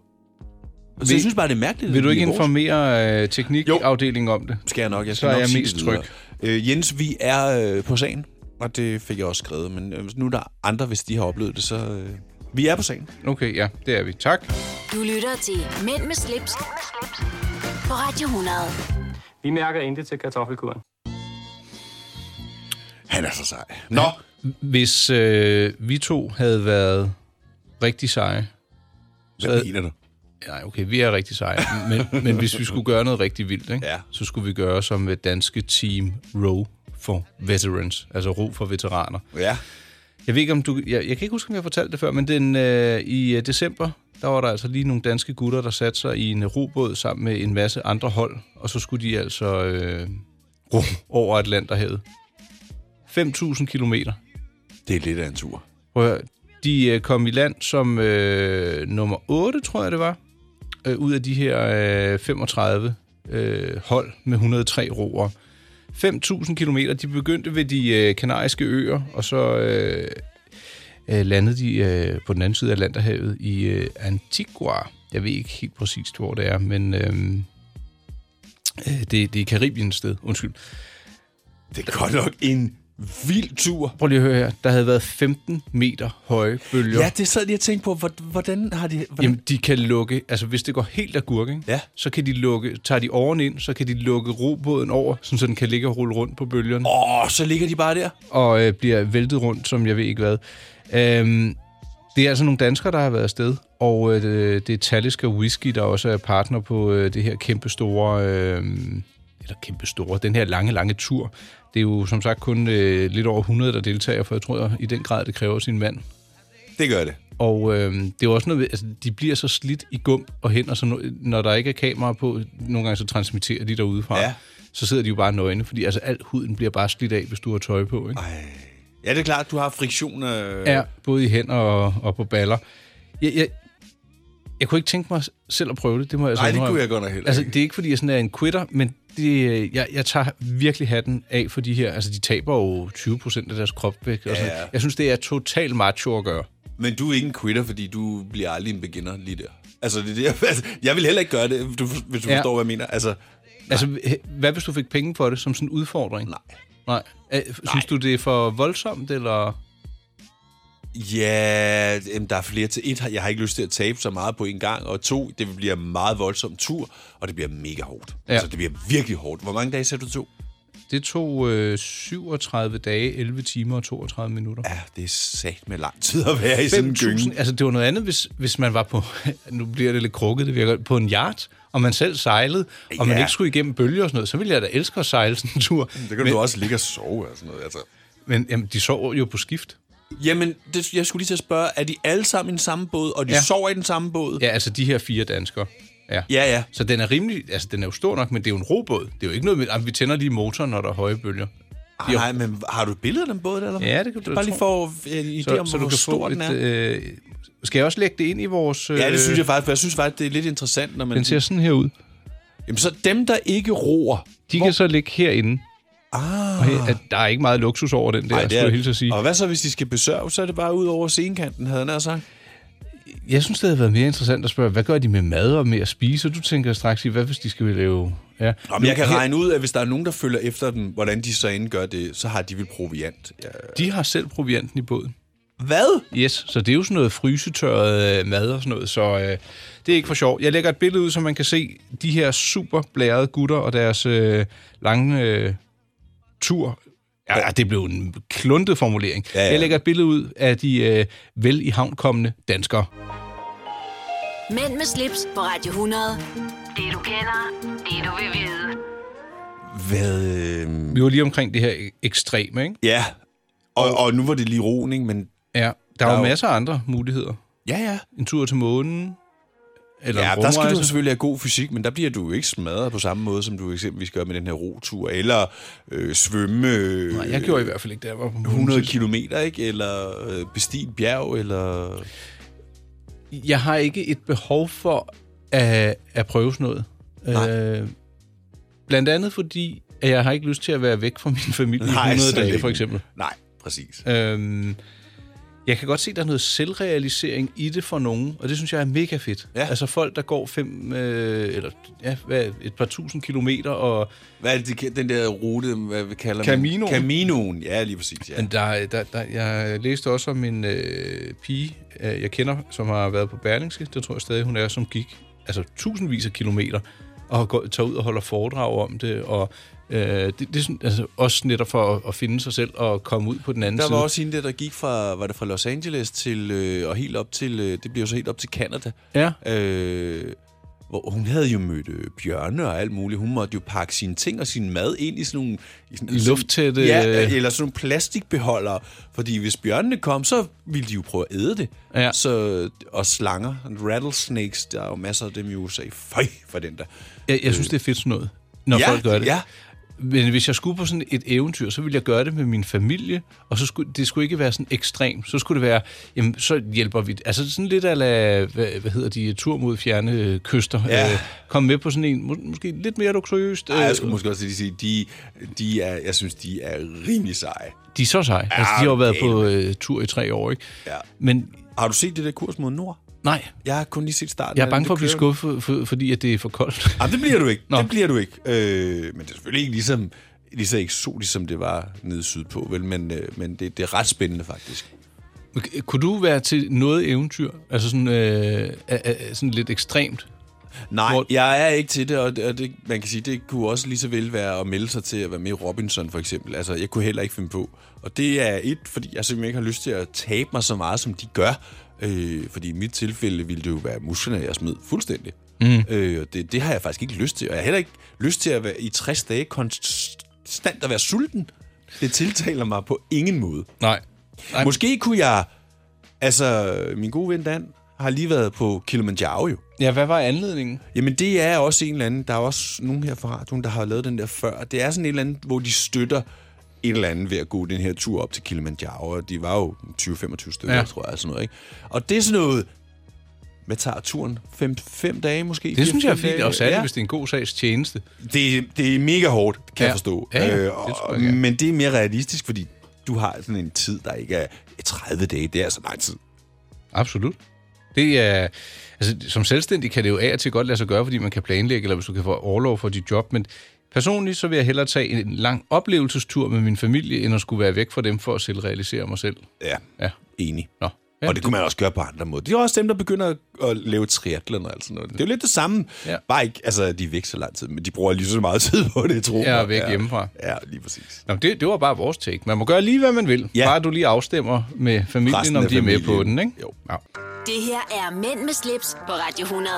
Så Vil- jeg synes bare, det er mærkeligt. at Vil du de ikke er vores. informere øh, teknikafdelingen om det? Skal jeg nok. Jeg skal Så er nok jeg sige mest det tryg. videre. Øh, Jens, vi er øh, på sagen, og det fik jeg også skrevet. Men øh, nu er der andre, hvis de har oplevet det, så... Øh, vi er på sagen. Okay, ja, det er vi. Tak. Du lytter til Mænd med slips, Mænd med slips. på Radio 100. Vi mærker intet til kartoffelkuren. Han er så sej. Nå, Hvis øh, vi to havde været rigtig seje... Hvad mener du? Nej, okay, vi er rigtig seje. Men, men hvis vi skulle gøre noget rigtig vildt, ikke? Ja. så skulle vi gøre som med danske team Row for Veterans. Altså Ro for Veteraner. Ja. Jeg ved ikke, om du... Jeg, jeg kan ikke huske, om jeg fortalte det før, men den, øh, i øh, december, der var der altså lige nogle danske gutter, der satte sig i en øh, robåd sammen med en masse andre hold, og så skulle de altså øh, ro over Atlanterhavet. 5.000 kilometer. Det er lidt af en tur. Prøv at høre. De øh, kom i land som øh, nummer 8, tror jeg det var, øh, ud af de her øh, 35 øh, hold med 103 roer. 5.000 kilometer. De begyndte ved de øh, kanariske øer, og så øh, øh, landede de øh, på den anden side af Atlanterhavet i øh, Antigua. Jeg ved ikke helt præcist, hvor det er, men øh, øh, det, det er i Karibien et sted. Undskyld. Det er godt nok en vild tur. Prøv lige at høre her. Der havde været 15 meter høje bølger. Ja, det sad lige og tænkte på, hvor- hvordan har de... Hvordan? Jamen, de kan lukke, altså hvis det går helt af gurk, ikke? Ja. så kan de lukke, tager de oven ind, så kan de lukke robåden over, sådan, så den kan ligge og rulle rundt på bølgerne. Åh, oh, så ligger de bare der. Og øh, bliver væltet rundt, som jeg ved ikke hvad. Øhm, det er altså nogle danskere, der har været afsted, og øh, det er Talisker Whisky, der også er partner på øh, det her kæmpe store, øh, eller kæmpe store, den her lange, lange tur. Det er jo som sagt kun øh, lidt over 100, der deltager, for jeg tror i den grad, det kræver sin mand. Det gør det. Og øh, det er jo også noget, ved- altså, de bliver så slidt i gump og hen, og så no, når der ikke er kamera på, nogle gange så transmitterer de derude fra. Ja. Så sidder de jo bare nøgne, fordi altså alt huden bliver bare slidt af, hvis du har tøj på. Ikke? Ja, det er klart, du har friktion. Øh... Ja, både i hænder og, og på baller. Jeg, jeg, jeg kunne ikke tænke mig selv at prøve det, det må jeg Nej, det indrømme. kunne jeg godt nok heller Altså, ikke. det er ikke, fordi jeg sådan er en quitter, men det, øh, jeg, jeg tager virkelig hatten af for de her. Altså, de taber jo 20 procent af deres kropvægt. Ja. Ja, Sådan. ja. Jeg synes, det er totalt macho at gøre. Men du er ikke en quitter, fordi du bliver aldrig en beginner lige der. Altså, det er det, jeg, altså, jeg vil heller ikke gøre det, du, hvis du Ja. ja. forstår, hvad jeg mener. Altså, Altså, h- hvad hvis du fik penge for det som sådan en udfordring? Nej. Nej. Øh, Synes Nej. du, det er for voldsomt, eller... Ja, jamen, der er flere til. Et, jeg har ikke lyst til at tabe så meget på en gang, og to, det bliver en meget voldsom tur, og det bliver mega hårdt. Ja. Ja. Altså, det bliver virkelig hårdt. Hvor mange dage sagde du to? Det tog øh, 37 dage, 11 timer og 32 minutter. Ja, det er sat med lang tid at være i sådan en gynge. Altså, det var noget andet, hvis, hvis man var på... nu bliver det lidt krukket, det virker på en yacht, og man selv sejlede, og man Ja. ikke skulle igennem bølger og sådan noget, så ville jeg da elske at sejle sådan en tur. Det kan du også ligge og sove og sådan noget. Altså. Men jamen, de sov jo på skift. Jamen, det, jeg skulle lige til at spørge, er de alle sammen i den samme båd, og de Ja. ja. sover i den samme båd? Ja, altså de her fire danskere. Ja. ja, ja. Så den er rimelig, altså den er jo stor nok, men det er jo en robåd. Det er jo ikke noget med, at vi tænder lige motoren, når der er høje bølger. Ah, nej, men har du et billede af den båd, eller hvad? Ja, det kan du Bare lige tro. for en idé om, hvor stor den er. øh, skal jeg også lægge det ind i vores... Øh, Ja, det synes jeg faktisk, for jeg synes faktisk, det er lidt interessant, når man... Den ser sådan her ud. Jamen, så dem, der ikke roer... De hvor... kan så ligge herinde. Ah. Og her, at der er ikke meget luksus over den der, Ej, Ej, det er... skulle jeg sige. Og hvad så, hvis de skal besørge, så er det bare ud over scenekanten, havde han nær sagt. Jeg synes, det havde været mere interessant at spørge, hvad gør de med mad og med at spise? Og du tænker straks i, hvad hvis de skal lave... Ja. Nå, men jeg kan regne ud, at hvis der er nogen, der følger efter dem, hvordan de så end gør det, så har de vel proviant. Ja. De har selv provianten i båden. Hvad? Yes, så det er jo sådan noget frysetørret øh, mad og sådan noget, så øh, det er ikke for sjov. Jeg lægger et billede ud, så man kan se de her super blærede gutter og deres øh, lange øh, tur. Ja, ja, det blev en kluntet formulering. Ja, ja. Jeg lægger et billede ud af de øh, vel i havnkommende danskere. Mænd med slips på Radio 100. Det du kender, det du vil vide. Hvad? Øh... Vi var lige omkring det her ek- ekstreme, ikke? Ja, og, og nu var det lige roen, ikke? men... Ja, der er jo masser af andre muligheder. Ja, ja. En tur til månen. Eller Eller ja, en der skal du rumrejse. selvfølgelig have god fysik, men der bliver du jo ikke smadret på samme måde, som du eksempelvis gør med den her rotur, eller øh, svømme øh, Nej, jeg gjorde i hvert fald ikke, da jeg var på månen 100 sidst. kilometer, ikke? eller øh, bestige et bjerg, eller... jeg har ikke et behov for at, at prøve sådan noget. Øh, blandt andet fordi, at jeg har ikke lyst til at være væk fra min familie Nej, i 100 så dage, længe. for eksempel. Nej, præcis. Øhm, jeg kan godt se, at der er noget selvrealisering i det for nogen, og det synes jeg er mega fedt. Ja. Altså folk, der går fem, øh, eller ja, hvad, et par tusind kilometer, og Hvad er det, de- den der rute, hvad kalder man? Caminoen. Caminoen. ja, lige præcis. Ja. Men der, der, der, jeg læste også om en øh, pige, øh, jeg kender, som har været på Berlingske, det tror jeg stadig, hun er, som gik altså tusindvis af kilometer, og går, tager ud og holder foredrag om det, og øh, det, det er sådan, altså, også netop for at, at finde sig selv og komme ud på den anden Der side. var også en der, der gik fra, var det fra Los Angeles til, øh, og helt op til, øh, det bliver jo så helt op til Canada. Ja. Øh, hvor hun havde jo mødt øh, bjørne og alt muligt. Hun måtte jo pakke sine ting og sin mad ind i sådan nogle... I sådan, Lufttætte- Ja, eller sådan nogle plastikbeholdere. Fordi hvis bjørnene kom, så ville de jo prøve at æde det. Ja. Så, og slanger, rattlesnakes, der er jo masser af dem i USA. Føj for den der. Jeg, jeg synes, det er fedt sådan noget, når Ja, folk gør det. ja. Men hvis jeg skulle på sådan et eventyr, så ville jeg gøre det med min familie, og så skulle, det skulle ikke være sådan ekstrem. Så skulle det være, jamen, så hjælper vi. Altså sådan lidt ala, hvad, hvad hedder de, tur mod fjerne øh, kyster. Ja. Øh, kom med på sådan en, mås- måske lidt mere luksuriøst. øh, Ej, jeg skulle måske også lige sige, de, de er, jeg synes, de er rimelig seje. De er så seje. Ja, altså, de har jo været okay. på øh, tur i tre år, ikke? Ja. Men Har du set det der kurs mod nord? nej, Jeg har kun lige set starten. jeg af den. er bange Det for at blive kører- skuffet, for, fordi at det er for koldt. Jamen, det bliver du ikke. Nå. Det bliver du ikke. Øh, men det er selvfølgelig ikke ligesom, lige så eksotisk, som det var nede sydpå, vel? Men, øh, men det, det er ret spændende, faktisk. Okay, Kunne du være til noget eventyr? Altså sådan, øh, øh, øh, sådan lidt ekstremt? Nej, Hvor... jeg er ikke til det, og, det, og det, man kan sige, det kunne også lige så vel være at melde sig til at være med i Robinson, for eksempel. Altså, jeg kunne heller ikke finde på. Og det er et, fordi jeg simpelthen ikke har lyst til at tabe mig så meget, som de gør. Øh, fordi i mit tilfælde ville det jo være musklerne, jeg smed fuldstændig. Mm. Øh, og det, det har jeg faktisk ikke lyst til. Og jeg har heller ikke lyst til at være i 60 dage konstant at være sulten. Det tiltaler mig på ingen måde. Nej. Nej. Måske kunne jeg... Altså, min gode ven Dan har lige været på Kilimanjaro jo. Ja, hvad var anledningen? Jamen, det er også en eller anden... Der er også nogen her fra radioen, der har lavet den der før. Det er sådan et eller andet, hvor de støtter et eller andet ved at gå den her tur op til Kilimanjaro. Og de var jo 20-25 stykker, Ja. ja. tror jeg. Sådan noget, ikke? Og det er sådan noget... Hvad tager turen? 5 dage måske? Det synes jeg er Fire-fem fint, dage? og særligt, ja. hvis det er en god sags tjeneste. det, det er mega hårdt, kan Ja. ja. jeg forstå. Øh, Ja, ja, det og, tror jeg gerne. men det er mere realistisk, fordi du har sådan en tid, der ikke er 30 dage. Det er altså lang tid. Absolut. Det er, altså, som selvstændig kan det jo af og til godt lade sig gøre, fordi man kan planlægge, eller hvis du kan få overlov for dit job, men personligt så vil jeg hellere tage en lang oplevelsestur med min familie, end at skulle være væk fra dem for at selv realisere mig selv. Ja, Ja. enig. Nå. Ja, Ja, og det kunne man også gøre på andre måder. Det er også dem, der begynder at- at lave triathlon og alt sådan noget. Det er jo lidt det samme. Ja. Ja. Bare ikke, altså, de er væk så lang tid, men de bruger lige så meget tid på det, tror Jeg er mig. væk hjemmefra. Ja, lige præcis. Nå, men det, det var bare vores take. Man må gøre lige, hvad man vil. Ja. Bare du lige afstemmer med familien, Resten om af de er med på den, familien. ikke? Jo. Ja. Det her er Mænd med slips på Radio 100.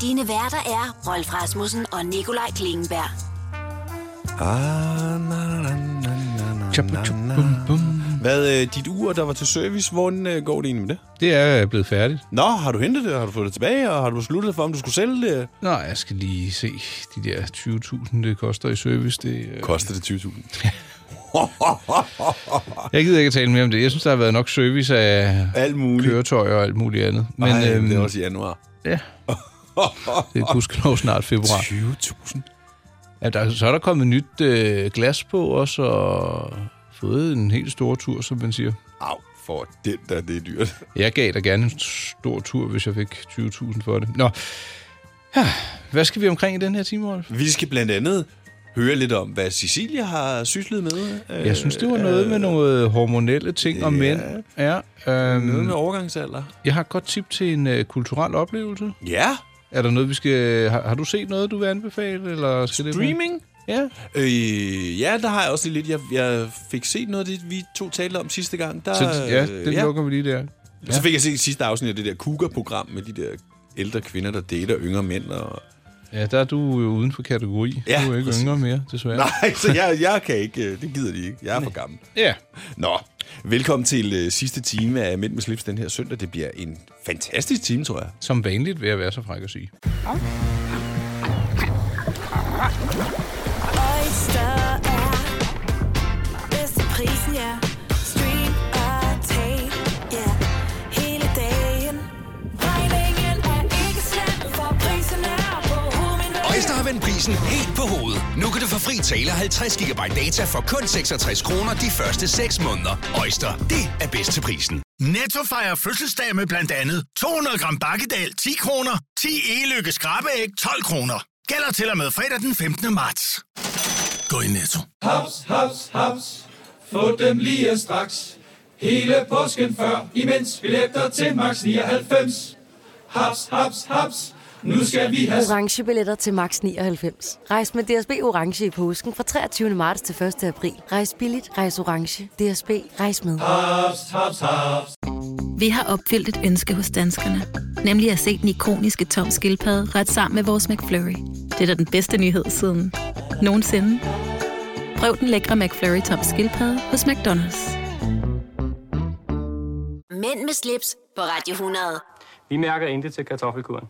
Dine værter er Rolf Rasmussen og Nikolaj Klingenberg. Ah, na, na, na, na, na, na, na. Hvad, øh, dit ur, der var til service, hvordan øh, går det egentlig med det? Det er blevet færdigt. Nå, har du hentet det? Har du fået det tilbage? Og har du besluttet for, om du skulle sælge det? Nå, jeg skal lige se de der 20.000, det koster i service. Det, øh... Koster det 20.000? jeg gider ikke at tale mere om det. Jeg synes, der har været nok service af alt muligt. køretøjer og alt muligt andet. Men, Ej, øhm, det er også i januar. Ja. det er gudskelov snart februar. 20.000? Ja, der, så er der kommet nyt øh, glas på også, og fået en helt stor tur, som man siger. Au, for den der, det er dyrt. Jeg gav dig gerne en stor tur, hvis jeg fik 20.000 for det. Nå, ja, hvad skal vi omkring i den her time, Rolf? Vi skal blandt andet høre lidt om, hvad Cecilia har syslet med. øh, Jeg synes, det var noget med nogle øh, hormonelle ting og mænd. Ja, øhm, Noget med overgangsalder. Jeg har et godt tip til en øh, kulturel oplevelse. Ja. Er der noget, vi skal... Har, har du set noget, du vil anbefale? Eller skal Streaming? Det med? Øh, ja, der har jeg også lidt. Jeg, jeg fik set noget af det, vi to talte om sidste gang. Der, ja. Så, ja, øh, den lukker vi lige der. Ja. Så fik jeg set sidste afsnit af det der Cougar-program med de der ældre kvinder, der dater yngre mænd. Og... Ja, der er du jo uden for kategori. Ja, du er ikke præcis. yngre mere, desværre. Nej, så jeg, jeg kan ikke. øh, Det gider de ikke. Jeg er for gammel. Ja. Nå, velkommen til øh, sidste time af Mænd med slips den her søndag. Det bliver en fantastisk time, tror jeg. Som vanligt vil jeg være så fræk at sige. Oyster er bedst til prisen, ja. Stream og tag, ja. Hele dagen. Regningen er ikke slem, for prisen er på hovedet. Øjster har vendt prisen helt på hovedet. Nu kan du få fri tale og 50 GB data for kun 66 kroner de første 6 måneder. Øjster, det er bedst til prisen. Netto fejrer fødselsdag med blandt andet 200 gram bakkedal 10 kroner, 10 e-lykke skrabeæg 12 kroner. Gælder til og med fredag den 15. marts. Gå i Netto. Haps, haps, haps. Få dem lige straks. Hele påsken før, imens billetter til max 99. Haps, haps, haps. Nu skal vi have... orange billetter til max 99. Rejs med DSB orange i påsken fra 23. marts til 1. april. Rejs billigt, rejs orange. DSB rejs med. Haps, haps, haps. Vi har opfyldt et ønske hos danskerne. Nemlig at se den ikoniske tom skildpadde ret sammen med vores McFlurry. Det er da den bedste nyhed siden nogensinde. Prøv den lækre McFlurry tom skildpadde hos McDonald's. Mænd med slips på Radio 100. Vi mærker intet til kartoffelkuren.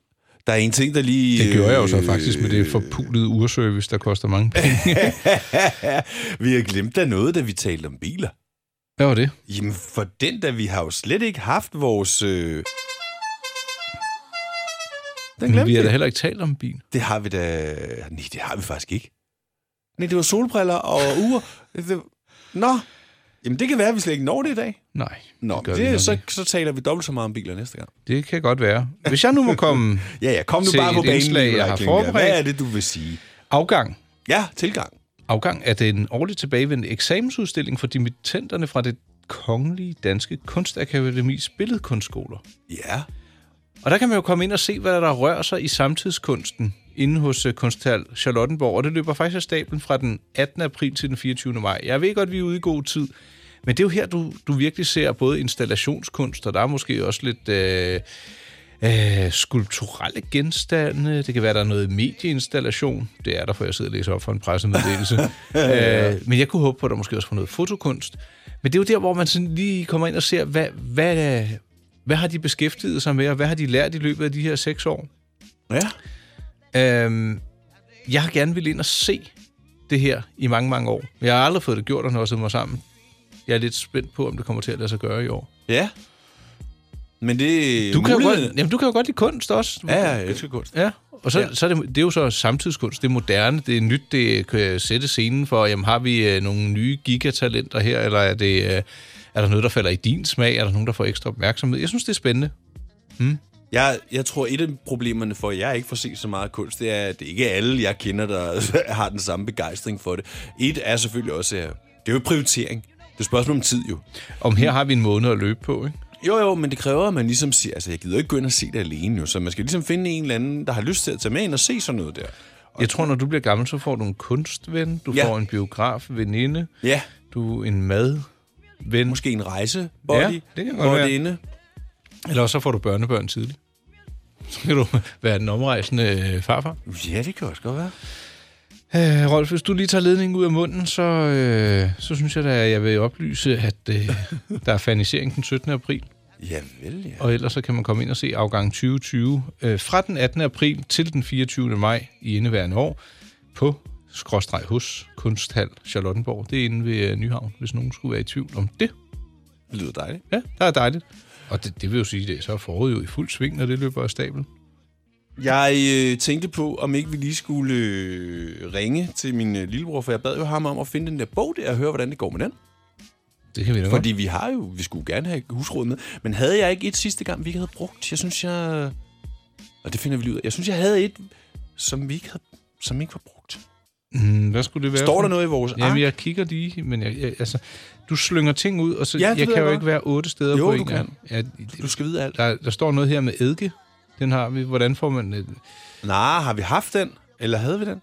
Der er en ting, der lige... øh, Det gjorde jeg jo så faktisk med det forpulede urservice, der koster mange penge. vi har glemt da noget, da vi talte om biler. Hvad var det? Jamen, for den da, vi har jo slet ikke haft vores... Øh... Den Men glemte vi har da det. heller ikke talt om bil. Det har vi da... Nej, det har vi faktisk ikke. Nej, det var solbriller og uger. Det- Nå, jamen det kan være, at vi slet ikke når det i dag. Nej. Nå, gør det vi nok det, så, så taler vi dobbelt så meget om biler næste gang. Det kan godt være. Hvis jeg nu må komme Ja, ja, kom nu til bare på et banen, indslag, jeg Nikolaj har Klingenberg. forberedt. Hvad er det, du vil sige? Afgang. Ja, tilgang. Afgang er den årligt tilbagevendende eksamensudstilling for dimittenterne fra det kongelige danske kunstakademis billedkunstskoler. Ja. Og der kan man jo komme ind og se, hvad der rører sig i samtidskunsten inde hos øh, kunsthal Charlottenborg, og det løber faktisk af stablen fra den 18. april til den 24. maj. Jeg ved godt, vi er ude i god tid, men det er jo her, du, du virkelig ser både installationskunst, og der er måske også lidt øh, øh, skulpturelle genstande. Det kan være, der er noget medieinstallation. Det er der, for jeg sidder og læser op for en pressemeddelelse. øh, men jeg kunne håbe på, at der måske også var noget fotokunst. Men det er jo der, hvor man sådan lige kommer ind og ser, hvad, hvad, hvad har de beskæftiget sig med, og hvad har de lært i løbet af de her seks år? Ja. Øhm, jeg har gerne ville ind og se det her i mange, mange år. Jeg har aldrig fået det gjort, og når jeg sidder mig sammen. Jeg er lidt spændt på, om det kommer til at lade sig gøre i år. Ja. Men det er Du kan, jo muligheden- godt, jamen, du kan jo godt lide kunst også. Ja, ja, jeg elsker kunst. Ja, og så, Ja. ja. så er det, det er jo så samtidskunst, det er moderne, det er nyt, det kan sætte scenen for, jamen har vi øh, nogle nye gigatalenter her, eller er, det, øh, er der noget, der falder i din smag, er der nogen, der får ekstra opmærksomhed? Jeg synes, det er spændende. Jeg, jeg tror, et af problemerne for, at jeg ikke får set så meget kunst, det er, at det ikke er alle, jeg kender, der har den samme begejstring for det. Et er selvfølgelig også, at det er jo prioritering. Det er et spørgsmål om tid jo. Om her har vi en måned at løbe på, ikke? Jo, jo, men det kræver, at man ligesom siger, altså jeg gider ikke gå ind og se det alene jo, så man skal ligesom finde en eller anden, der har lyst til at tage med ind og se sådan noget der. Jeg tror, når du bliver gammel, så får du en kunstven, du Ja. ja. får en biograf, veninde, Ja. du en madven. Måske en rejse, Ja, Body, det kan hvor er godt være. det inde? Eller også så får du børnebørn tidligt. Så kan du være den omrejsende øh, farfar. Ja, det kan også godt være. Øh, Rolf, hvis du lige tager ledningen ud af munden, så, øh, så synes jeg da, at jeg vil oplyse, at øh, der er fanisering den 17. april. Ja, vel, ja. Og ellers så kan man komme ind og se afgang 2020 øh, fra den 18. april til den 24. maj i indeværende år på skråstreg hos Kunsthal Charlottenborg. Det er inde ved øh, Nyhavn, hvis nogen skulle være i tvivl om det. Det lyder dejligt. Ja, der er dejligt. Og det, det vil jo sige, at så er foråret jo i fuld sving, når det løber af stablen. Jeg øh, tænkte på, om ikke vi lige skulle øh, ringe til min øh, lillebror, for jeg bad jo ham om at finde den der bog der og høre, hvordan det går med den. Det kan vi da Fordi vi har jo, vi skulle gerne have husråd med. Men havde jeg ikke et sidste gang, vi ikke havde brugt? Jeg synes, jeg... Og det finder vi lige ud af. Jeg synes, jeg havde et, som vi ikke, havde, som ikke var brugt. Mm, hvad skulle det være? Står for- der noget i vores Jamen, ark? jeg kigger lige, men jeg, jeg, altså, du slynger ting ud, og så, Ja, ja, det jeg ved kan jeg jo godt. ikke være otte steder Jo, på du en kan. gang. Ja, du skal vide alt. Der, der står noget her med eddike. Den har vi. Hvordan får man... øh, Nej, har vi haft den? Eller havde vi den?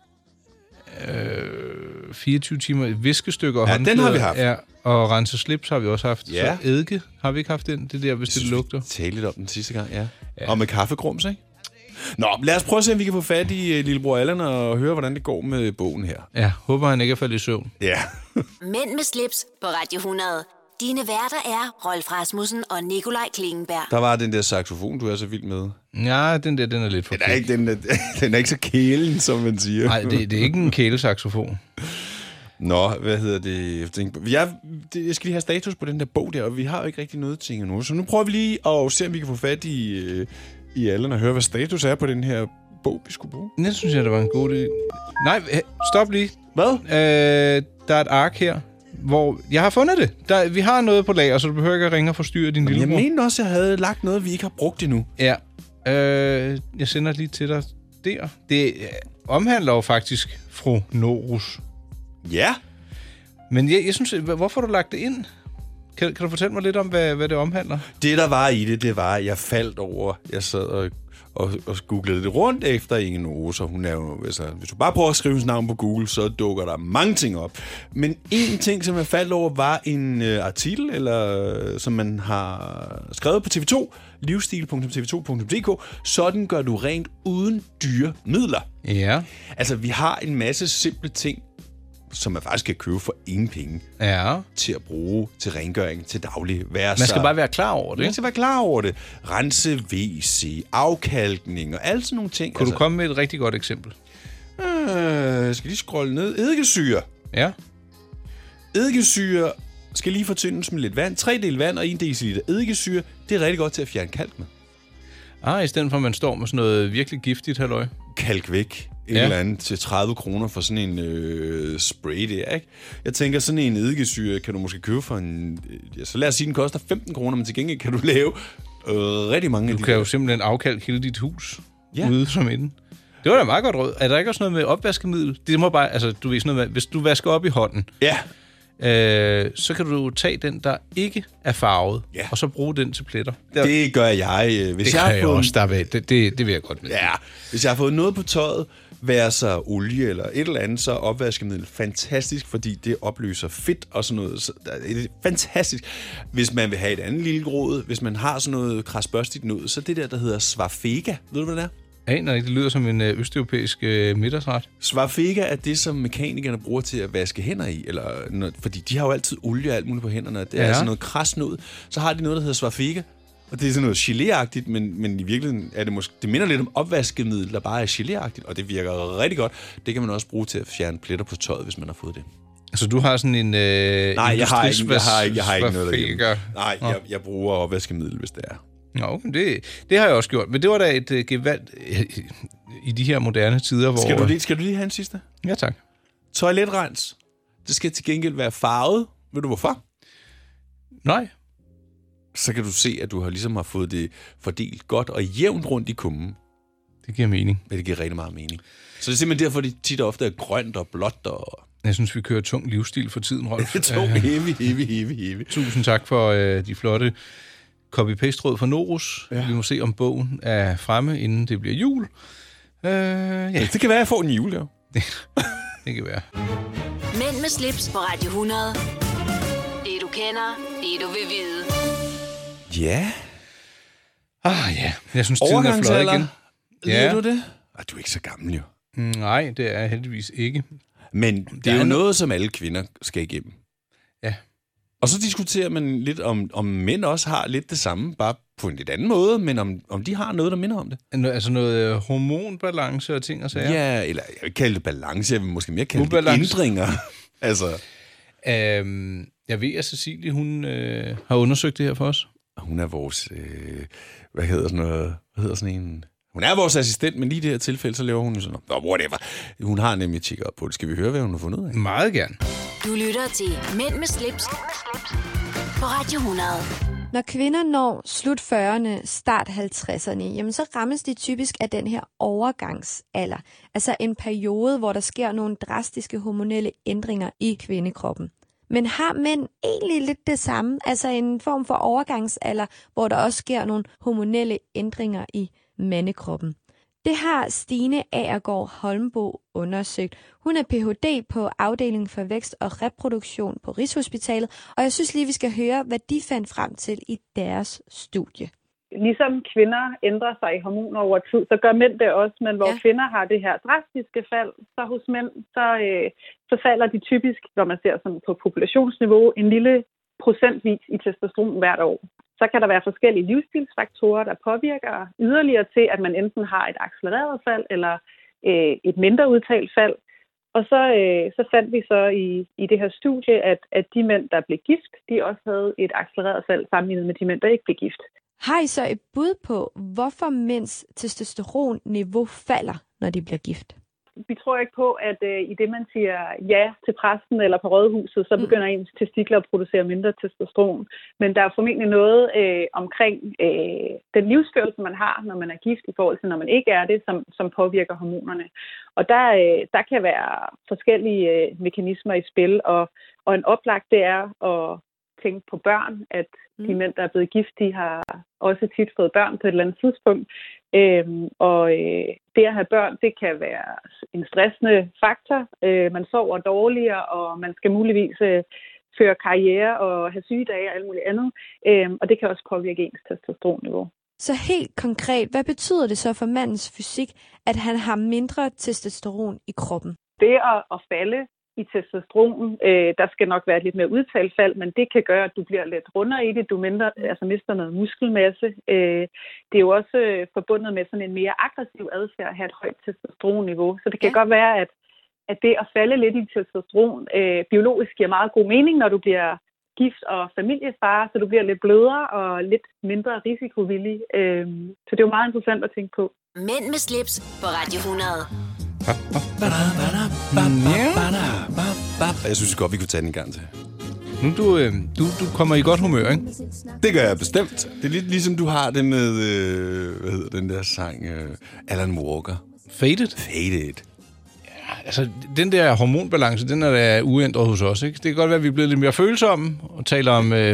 Øh, 24 timer i viskestykker og Ja, den har håndklæder? vi haft. Ja, og rense slips har vi også haft. Ja. Så eddike har vi ikke haft den. Det er der, hvis det lugter. Tale lidt om den sidste gang, ja. ja. Og med kaffegrums, ikke? Nå, lad os prøve at se, om vi kan få fat i øh, lillebror Allan og høre, hvordan det går med bogen her. Ja, håber han ikke er faldet i søvn. Ja. Mænd med slips på Radio 100. Dine værter er Rolf Rasmussen og Nikolaj Klingenberg. Der var den der saxofon, du er så vild med. Ja, den der, den er lidt for Den er ikke, den, der, den er ikke så kælen, som man siger. Nej, det, det er ikke en kælesaxofon. Nå, hvad hedder det? Jeg, tænkte- jeg, det- jeg skal lige have status på den der bog der, og vi har jo ikke rigtig noget til endnu. Så nu prøver vi lige at se, om vi kan få fat i, øh, i Allan og høre, hvad status er på den her bog, vi skulle bruge. Den synes jeg, det var en god idé. Nej, h- stop lige. Hvad? Øh, der er et ark her, hvor... Jeg har fundet det. Der, vi har noget på lager, så du behøver ikke at ringe og forstyrre din Jeg lillebror. mente også, at jeg havde lagt noget, vi ikke har brugt endnu. Ja. Øh, jeg sender det lige til dig der. Det øh, omhandler jo faktisk fru Norus. Ja. Men jeg, jeg synes, hva- hvorfor har du lagt det ind? Kan, kan du fortælle mig lidt om, hvad, hvad det omhandler? Det, der var i det, det var, at jeg faldt over. Jeg sad og, og, og googlede lidt rundt efter Inge Nose, og hun er jo, altså, hvis du bare prøver at skrive hendes navn på Google, så dukker der mange ting op. Men en ting, som jeg faldt over, var en øh, artikel, eller øh, som man har skrevet på TV2, livsstil.tv2.dk, sådan gør du rent uden dyre midler. Ja. Altså, vi har en masse simple ting, som man faktisk kan købe for ingen penge Ja. til at bruge til rengøring til daglig. Være Man skal bare være klar over det, Man skal være klar over det. Rense WC, afkalkning og alt sådan nogle ting. Altså, Kunne du komme med et rigtig godt eksempel? Øh, jeg skal lige scrolle ned. Eddikesyre. Ja. Eddikesyre skal lige fortyndes med lidt vand. 3 del vand og 1 deciliter eddikesyre. Det er rigtig godt til at fjerne kalk med. Ah, i stedet for, at man står med sådan noget virkelig giftigt, halløj. Kalk væk. Et Ja. ja. eller andet til 30 kroner for sådan en øh, spray der, ikke? Jeg tænker, sådan en eddikesyre kan du måske købe for en... øh, Ja, så lad os sige, den koster 15 kroner, men til gengæld kan du lave øh, rigtig mange af Du de kan der. jo simpelthen afkalke hele dit hus Ja. ja. ude som inden. Det var da meget godt råd. Er der ikke også noget med opvaskemiddel? Det må bare, altså du ved sådan noget med, hvis du vasker op i hånden, Ja. øh, så kan du tage den, der ikke er farvet, Ja. og så bruge den til pletter. Det gør jeg. øh, Hvis det jeg kan har jeg fået- også slappe af. Det, det, det vil jeg godt med. Ja, hvis jeg har fået noget på tøjet, være så olie eller et eller andet, så er opvaskemiddel fantastisk, fordi det opløser fedt og sådan noget. Så der er- det er fantastisk. Hvis man vil have et andet lille råd, hvis man har sådan noget krasbørstigt noget, så det der, der hedder Svafega. Ved du, hvad det er? Jeg aner ikke, det lyder som en øh, østeuropæisk øh, middagsret. Svafega er det, som mekanikerne bruger til at vaske hænder i, eller, når- fordi de har jo altid olie og alt muligt på hænderne, og det er Ja. ja. sådan noget krasnod. Så har de noget, der hedder Svafega, og det er sådan noget gelé men, men i virkeligheden er det måske, det minder lidt om opvaskemiddel, der bare er gelé og det virker rigtig godt. Det kan man også bruge til at fjerne pletter på tøjet, hvis man har fået det. Altså du har sådan en... Øh, Nej, jeg har, ikke, jeg har, ikke, jeg har ikke noget industrisvasfaker. derhjemme. Nej, jeg, jeg bruger opvaskemiddel, hvis det er. Nå, okay, det, det har jeg også gjort. Men det var da et øh, gevaldt øh, i de her moderne tider, hvor... Skal du, lige, skal du lige have en sidste? Ja, tak. Toiletrens. Det skal til gengæld være farvet. Ved du hvorfor? Nej. Så kan du se, at du har ligesom har fået det fordelt godt og jævnt rundt i kummen. Det giver mening. Men det giver rigtig meget mening. Så det er simpelthen derfor, det tit og ofte er grønt og blåt og Jeg synes, vi kører tung livsstil for tiden, Rolf. Øh, tung, heavy, heavy, heavy, heavy. Tusind tak for øh, de flotte copy-paste-råd fra Norus. Ja. Vi må se, om bogen er fremme, inden det bliver jul. Øh, ja, Det kan være, at jeg får en julegave. det kan være. Mænd med slips på Radio 100. Det du kender, det du vil vide. Ja. Ah ja, jeg synes, tiden er flot Overgangsalder. igen. Leder Ja. Mm, du det? Ah, du er ikke så gammel, jo. Nej, det er jeg heldigvis ikke. Men det er jo noget, som alle kvinder skal igennem. Ja. Og så diskuterer man lidt om, om mænd også har lidt det samme, bare på en lidt anden måde, men om, om de har noget, der minder om det. Nå, Altså noget øh, hormonbalance og ting og sager. Ja, eller jeg vil ikke kalde det balance, jeg vil måske mere kalde det Ubalance. ændringer. altså, Øhm, jeg ved, at Cecilie, hun øh, har undersøgt det her for os. hun er vores, øh, hvad hedder sådan noget, hvad hedder sådan en... Hun er vores assistent, men lige i det her tilfælde, så laver hun sådan noget. Nå, whatever. Hun har nemlig tjekket op på det. Skal vi høre, hvad hun har fundet ud af? Meget gerne. Du lytter til Mænd med slips, på Radio 100. Når kvinder når slut 40'erne, start 50'erne, jamen så rammes de typisk af den her overgangsalder. Altså en periode, hvor der sker nogle drastiske hormonelle ændringer i kvindekroppen. Men har mænd egentlig lidt det samme? Altså en form for overgangsalder, hvor der også sker nogle hormonelle ændringer i mandekroppen. Det har Stine Agergaard Holmbo undersøgt. Hun er Ph.D. på afdelingen for vækst og reproduktion på Rigshospitalet, og jeg synes lige, vi skal høre, hvad de fandt frem til i deres studie. ligesom kvinder ændrer sig i hormoner over tid, så gør mænd det også, men hvor ja. kvinder har det her drastiske fald, så hos mænd, så, øh, så falder de typisk, når man ser sådan på populationsniveau, en lille procentvis i testosteron hvert år. Så kan der være forskellige livsstilsfaktorer, der påvirker yderligere til, at man enten har et accelereret fald eller øh, et mindre udtalt fald. Og så, øh, så fandt vi så i, i det her studie, at, at de mænd, der blev gift, de også havde et accelereret fald sammenlignet med de mænd, der ikke blev gift. Har I så et bud på, hvorfor mænds testosteronniveau falder, når de bliver gift? vi tror ikke på, at øh, i det, man siger ja til præsten eller på rådhuset, så begynder ens testikler at producere mindre testosteron. Men der er formentlig noget øh, omkring øh, den livsførelse, man har, når man er gift, i forhold til, når man ikke er det, som, som påvirker hormonerne. Og der, øh, der kan være forskellige øh, mekanismer i spil, og, og en oplagt det er at tænke på børn, at de Mm. mænd, der er blevet gift, de har også tit fået børn på et eller andet tidspunkt. Øhm, og øh, det at have børn, det kan være en stressende faktor. Øh, man sover dårligere, og man skal muligvis øh, føre karriere og have sygedage og alt muligt andet. Øhm, og det kan også påvirke ens testosteronniveau. Så helt konkret, hvad betyder det så for mandens fysik, at han har mindre testosteron i kroppen? Det at, at falde i testosteron, øh, der skal nok være et lidt mere udtalt fald, men det kan gøre, at du bliver lidt rundere i det, du mindre, altså mister noget muskelmasse. Øh, det er jo også øh, forbundet med sådan en mere aggressiv adfærd at have et højt testosteronniveau, så det kan ja. godt være, at, at det at falde lidt i testosteron øh, biologisk giver meget god mening, når du bliver gift og familiefar, så du bliver lidt blødere og lidt mindre risikovillig. Øh, så det er jo meget interessant at tænke på. Mænd med slips på Radio 100. Og jeg synes godt, vi kunne tage den en gang til. Nu du, øh, du, du kommer i godt humør, ikke? Det gør jeg bestemt. Det er lidt ligesom, du har det med, øh, hvad hedder den der sang, øh, Alan Walker. Faded? Faded. Altså, den der hormonbalance, den er da uændret hos os, ikke? Det kan godt være, at vi er blevet lidt mere følsomme og taler om øh,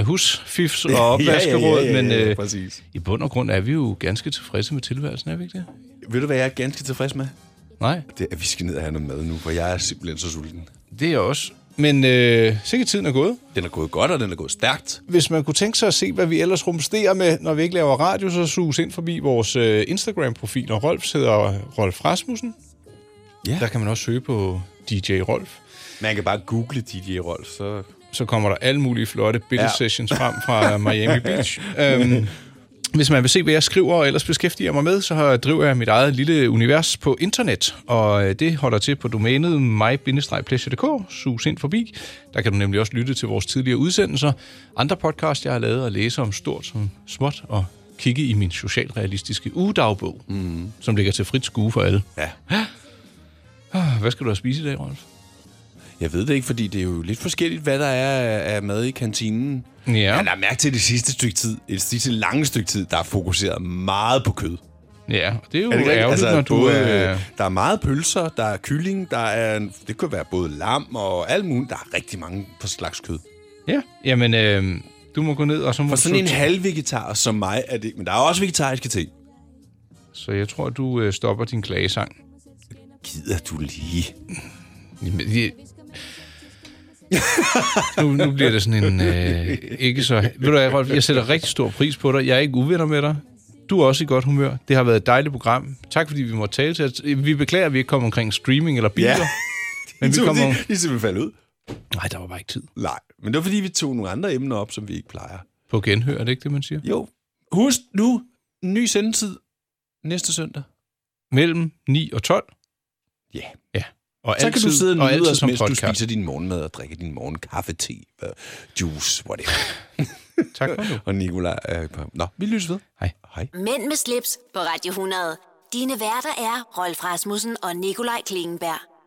husfifs Ja, ja, og opvaskeråd, ja, ja, ja, men øh, præcis. i bund og grund er vi jo ganske tilfredse med tilværelsen, er vi ikke det? Ved du, hvad jeg er ganske tilfreds med? Nej. Det er, at vi skal ned og have noget mad nu, for jeg er simpelthen så sulten. Det er jeg også. Men øh, sikkert tiden er gået. Den er gået godt, og den er gået stærkt. Hvis man kunne tænke sig at se, hvad vi ellers rumsterer med, når vi ikke laver radio, så sus ind forbi vores øh, Instagram-profil, og Rolfs hedder Rolf Rasmussen. Ja. Der kan man også søge på DJ Rolf. Man kan bare google DJ Rolf, så... Så kommer der alle mulige flotte billedsessions Ja. ja. frem fra Miami Beach. Øhm, hvis man vil se, hvad jeg skriver og ellers beskæftiger mig med, så har- driver jeg mit eget lille univers på internet, og øh, det holder til på domænet my-pleasure.dk. Sus ind forbi. Der kan du nemlig også lytte til vores tidligere udsendelser, andre podcasts, jeg har lavet, og læse om stort som småt, og kigge i min socialrealistiske ugedagbog, mm. som ligger til frit skue for alle. Ja. Ah, Hvad skal du have spise i dag, Rolf? Jeg ved det ikke, fordi det er jo lidt forskelligt, hvad der er af- af mad i kantinen. Ja. Jeg har mærke til det sidste stykke tid, det sidste lange stykke tid, der er fokuseret meget på kød. Ja, og det er Er jo det er rigtigt? ærgerligt, Altså, når du... både, øh, øh, der er meget pølser, der er kylling, der er, en- det kunne være både lam og alt muligt. Der er rigtig mange på slags kød. Ja, jamen, øh, du må gå ned, og så må For du sådan en sortere. halvvegetar som mig er det... Men der er også vegetariske ting. Så jeg tror, du øh, stopper din klagesang. Gider du lige? Jamen, jeg... nu, nu bliver det sådan en... Øh, ikke så... Ved du hvad, Rolf, jeg sætter rigtig stor pris på dig. Jeg er ikke uvenner med dig. Du er også i godt humør. Det har været et dejligt program. Tak, fordi vi måtte tale til os. Vi beklager, at vi ikke kom omkring streaming eller biler. Ja. Men vi tog- kommer... de, de simpelthen faldt ud. Nej, der var bare ikke tid. Nej, men det var fordi, vi tog nogle andre emner op, som vi ikke plejer. På genhør, er det ikke det, man siger? Jo. Husk nu, ny sendetid næste søndag. Mellem 9 og 12. Ja. Ja. Og så kan du sidde og og nyde altid os, som mens du podcast. spiser din morgenmad og drikker din morgenkaffe, te, øh, juice, whatever. tak for nu. og Nicolaj er på. Nå, vi lyser ved. Hej. Hej. Mænd med slips på Radio 100. Dine værter er Rolf Rasmussen og Nikolaj Klingenberg.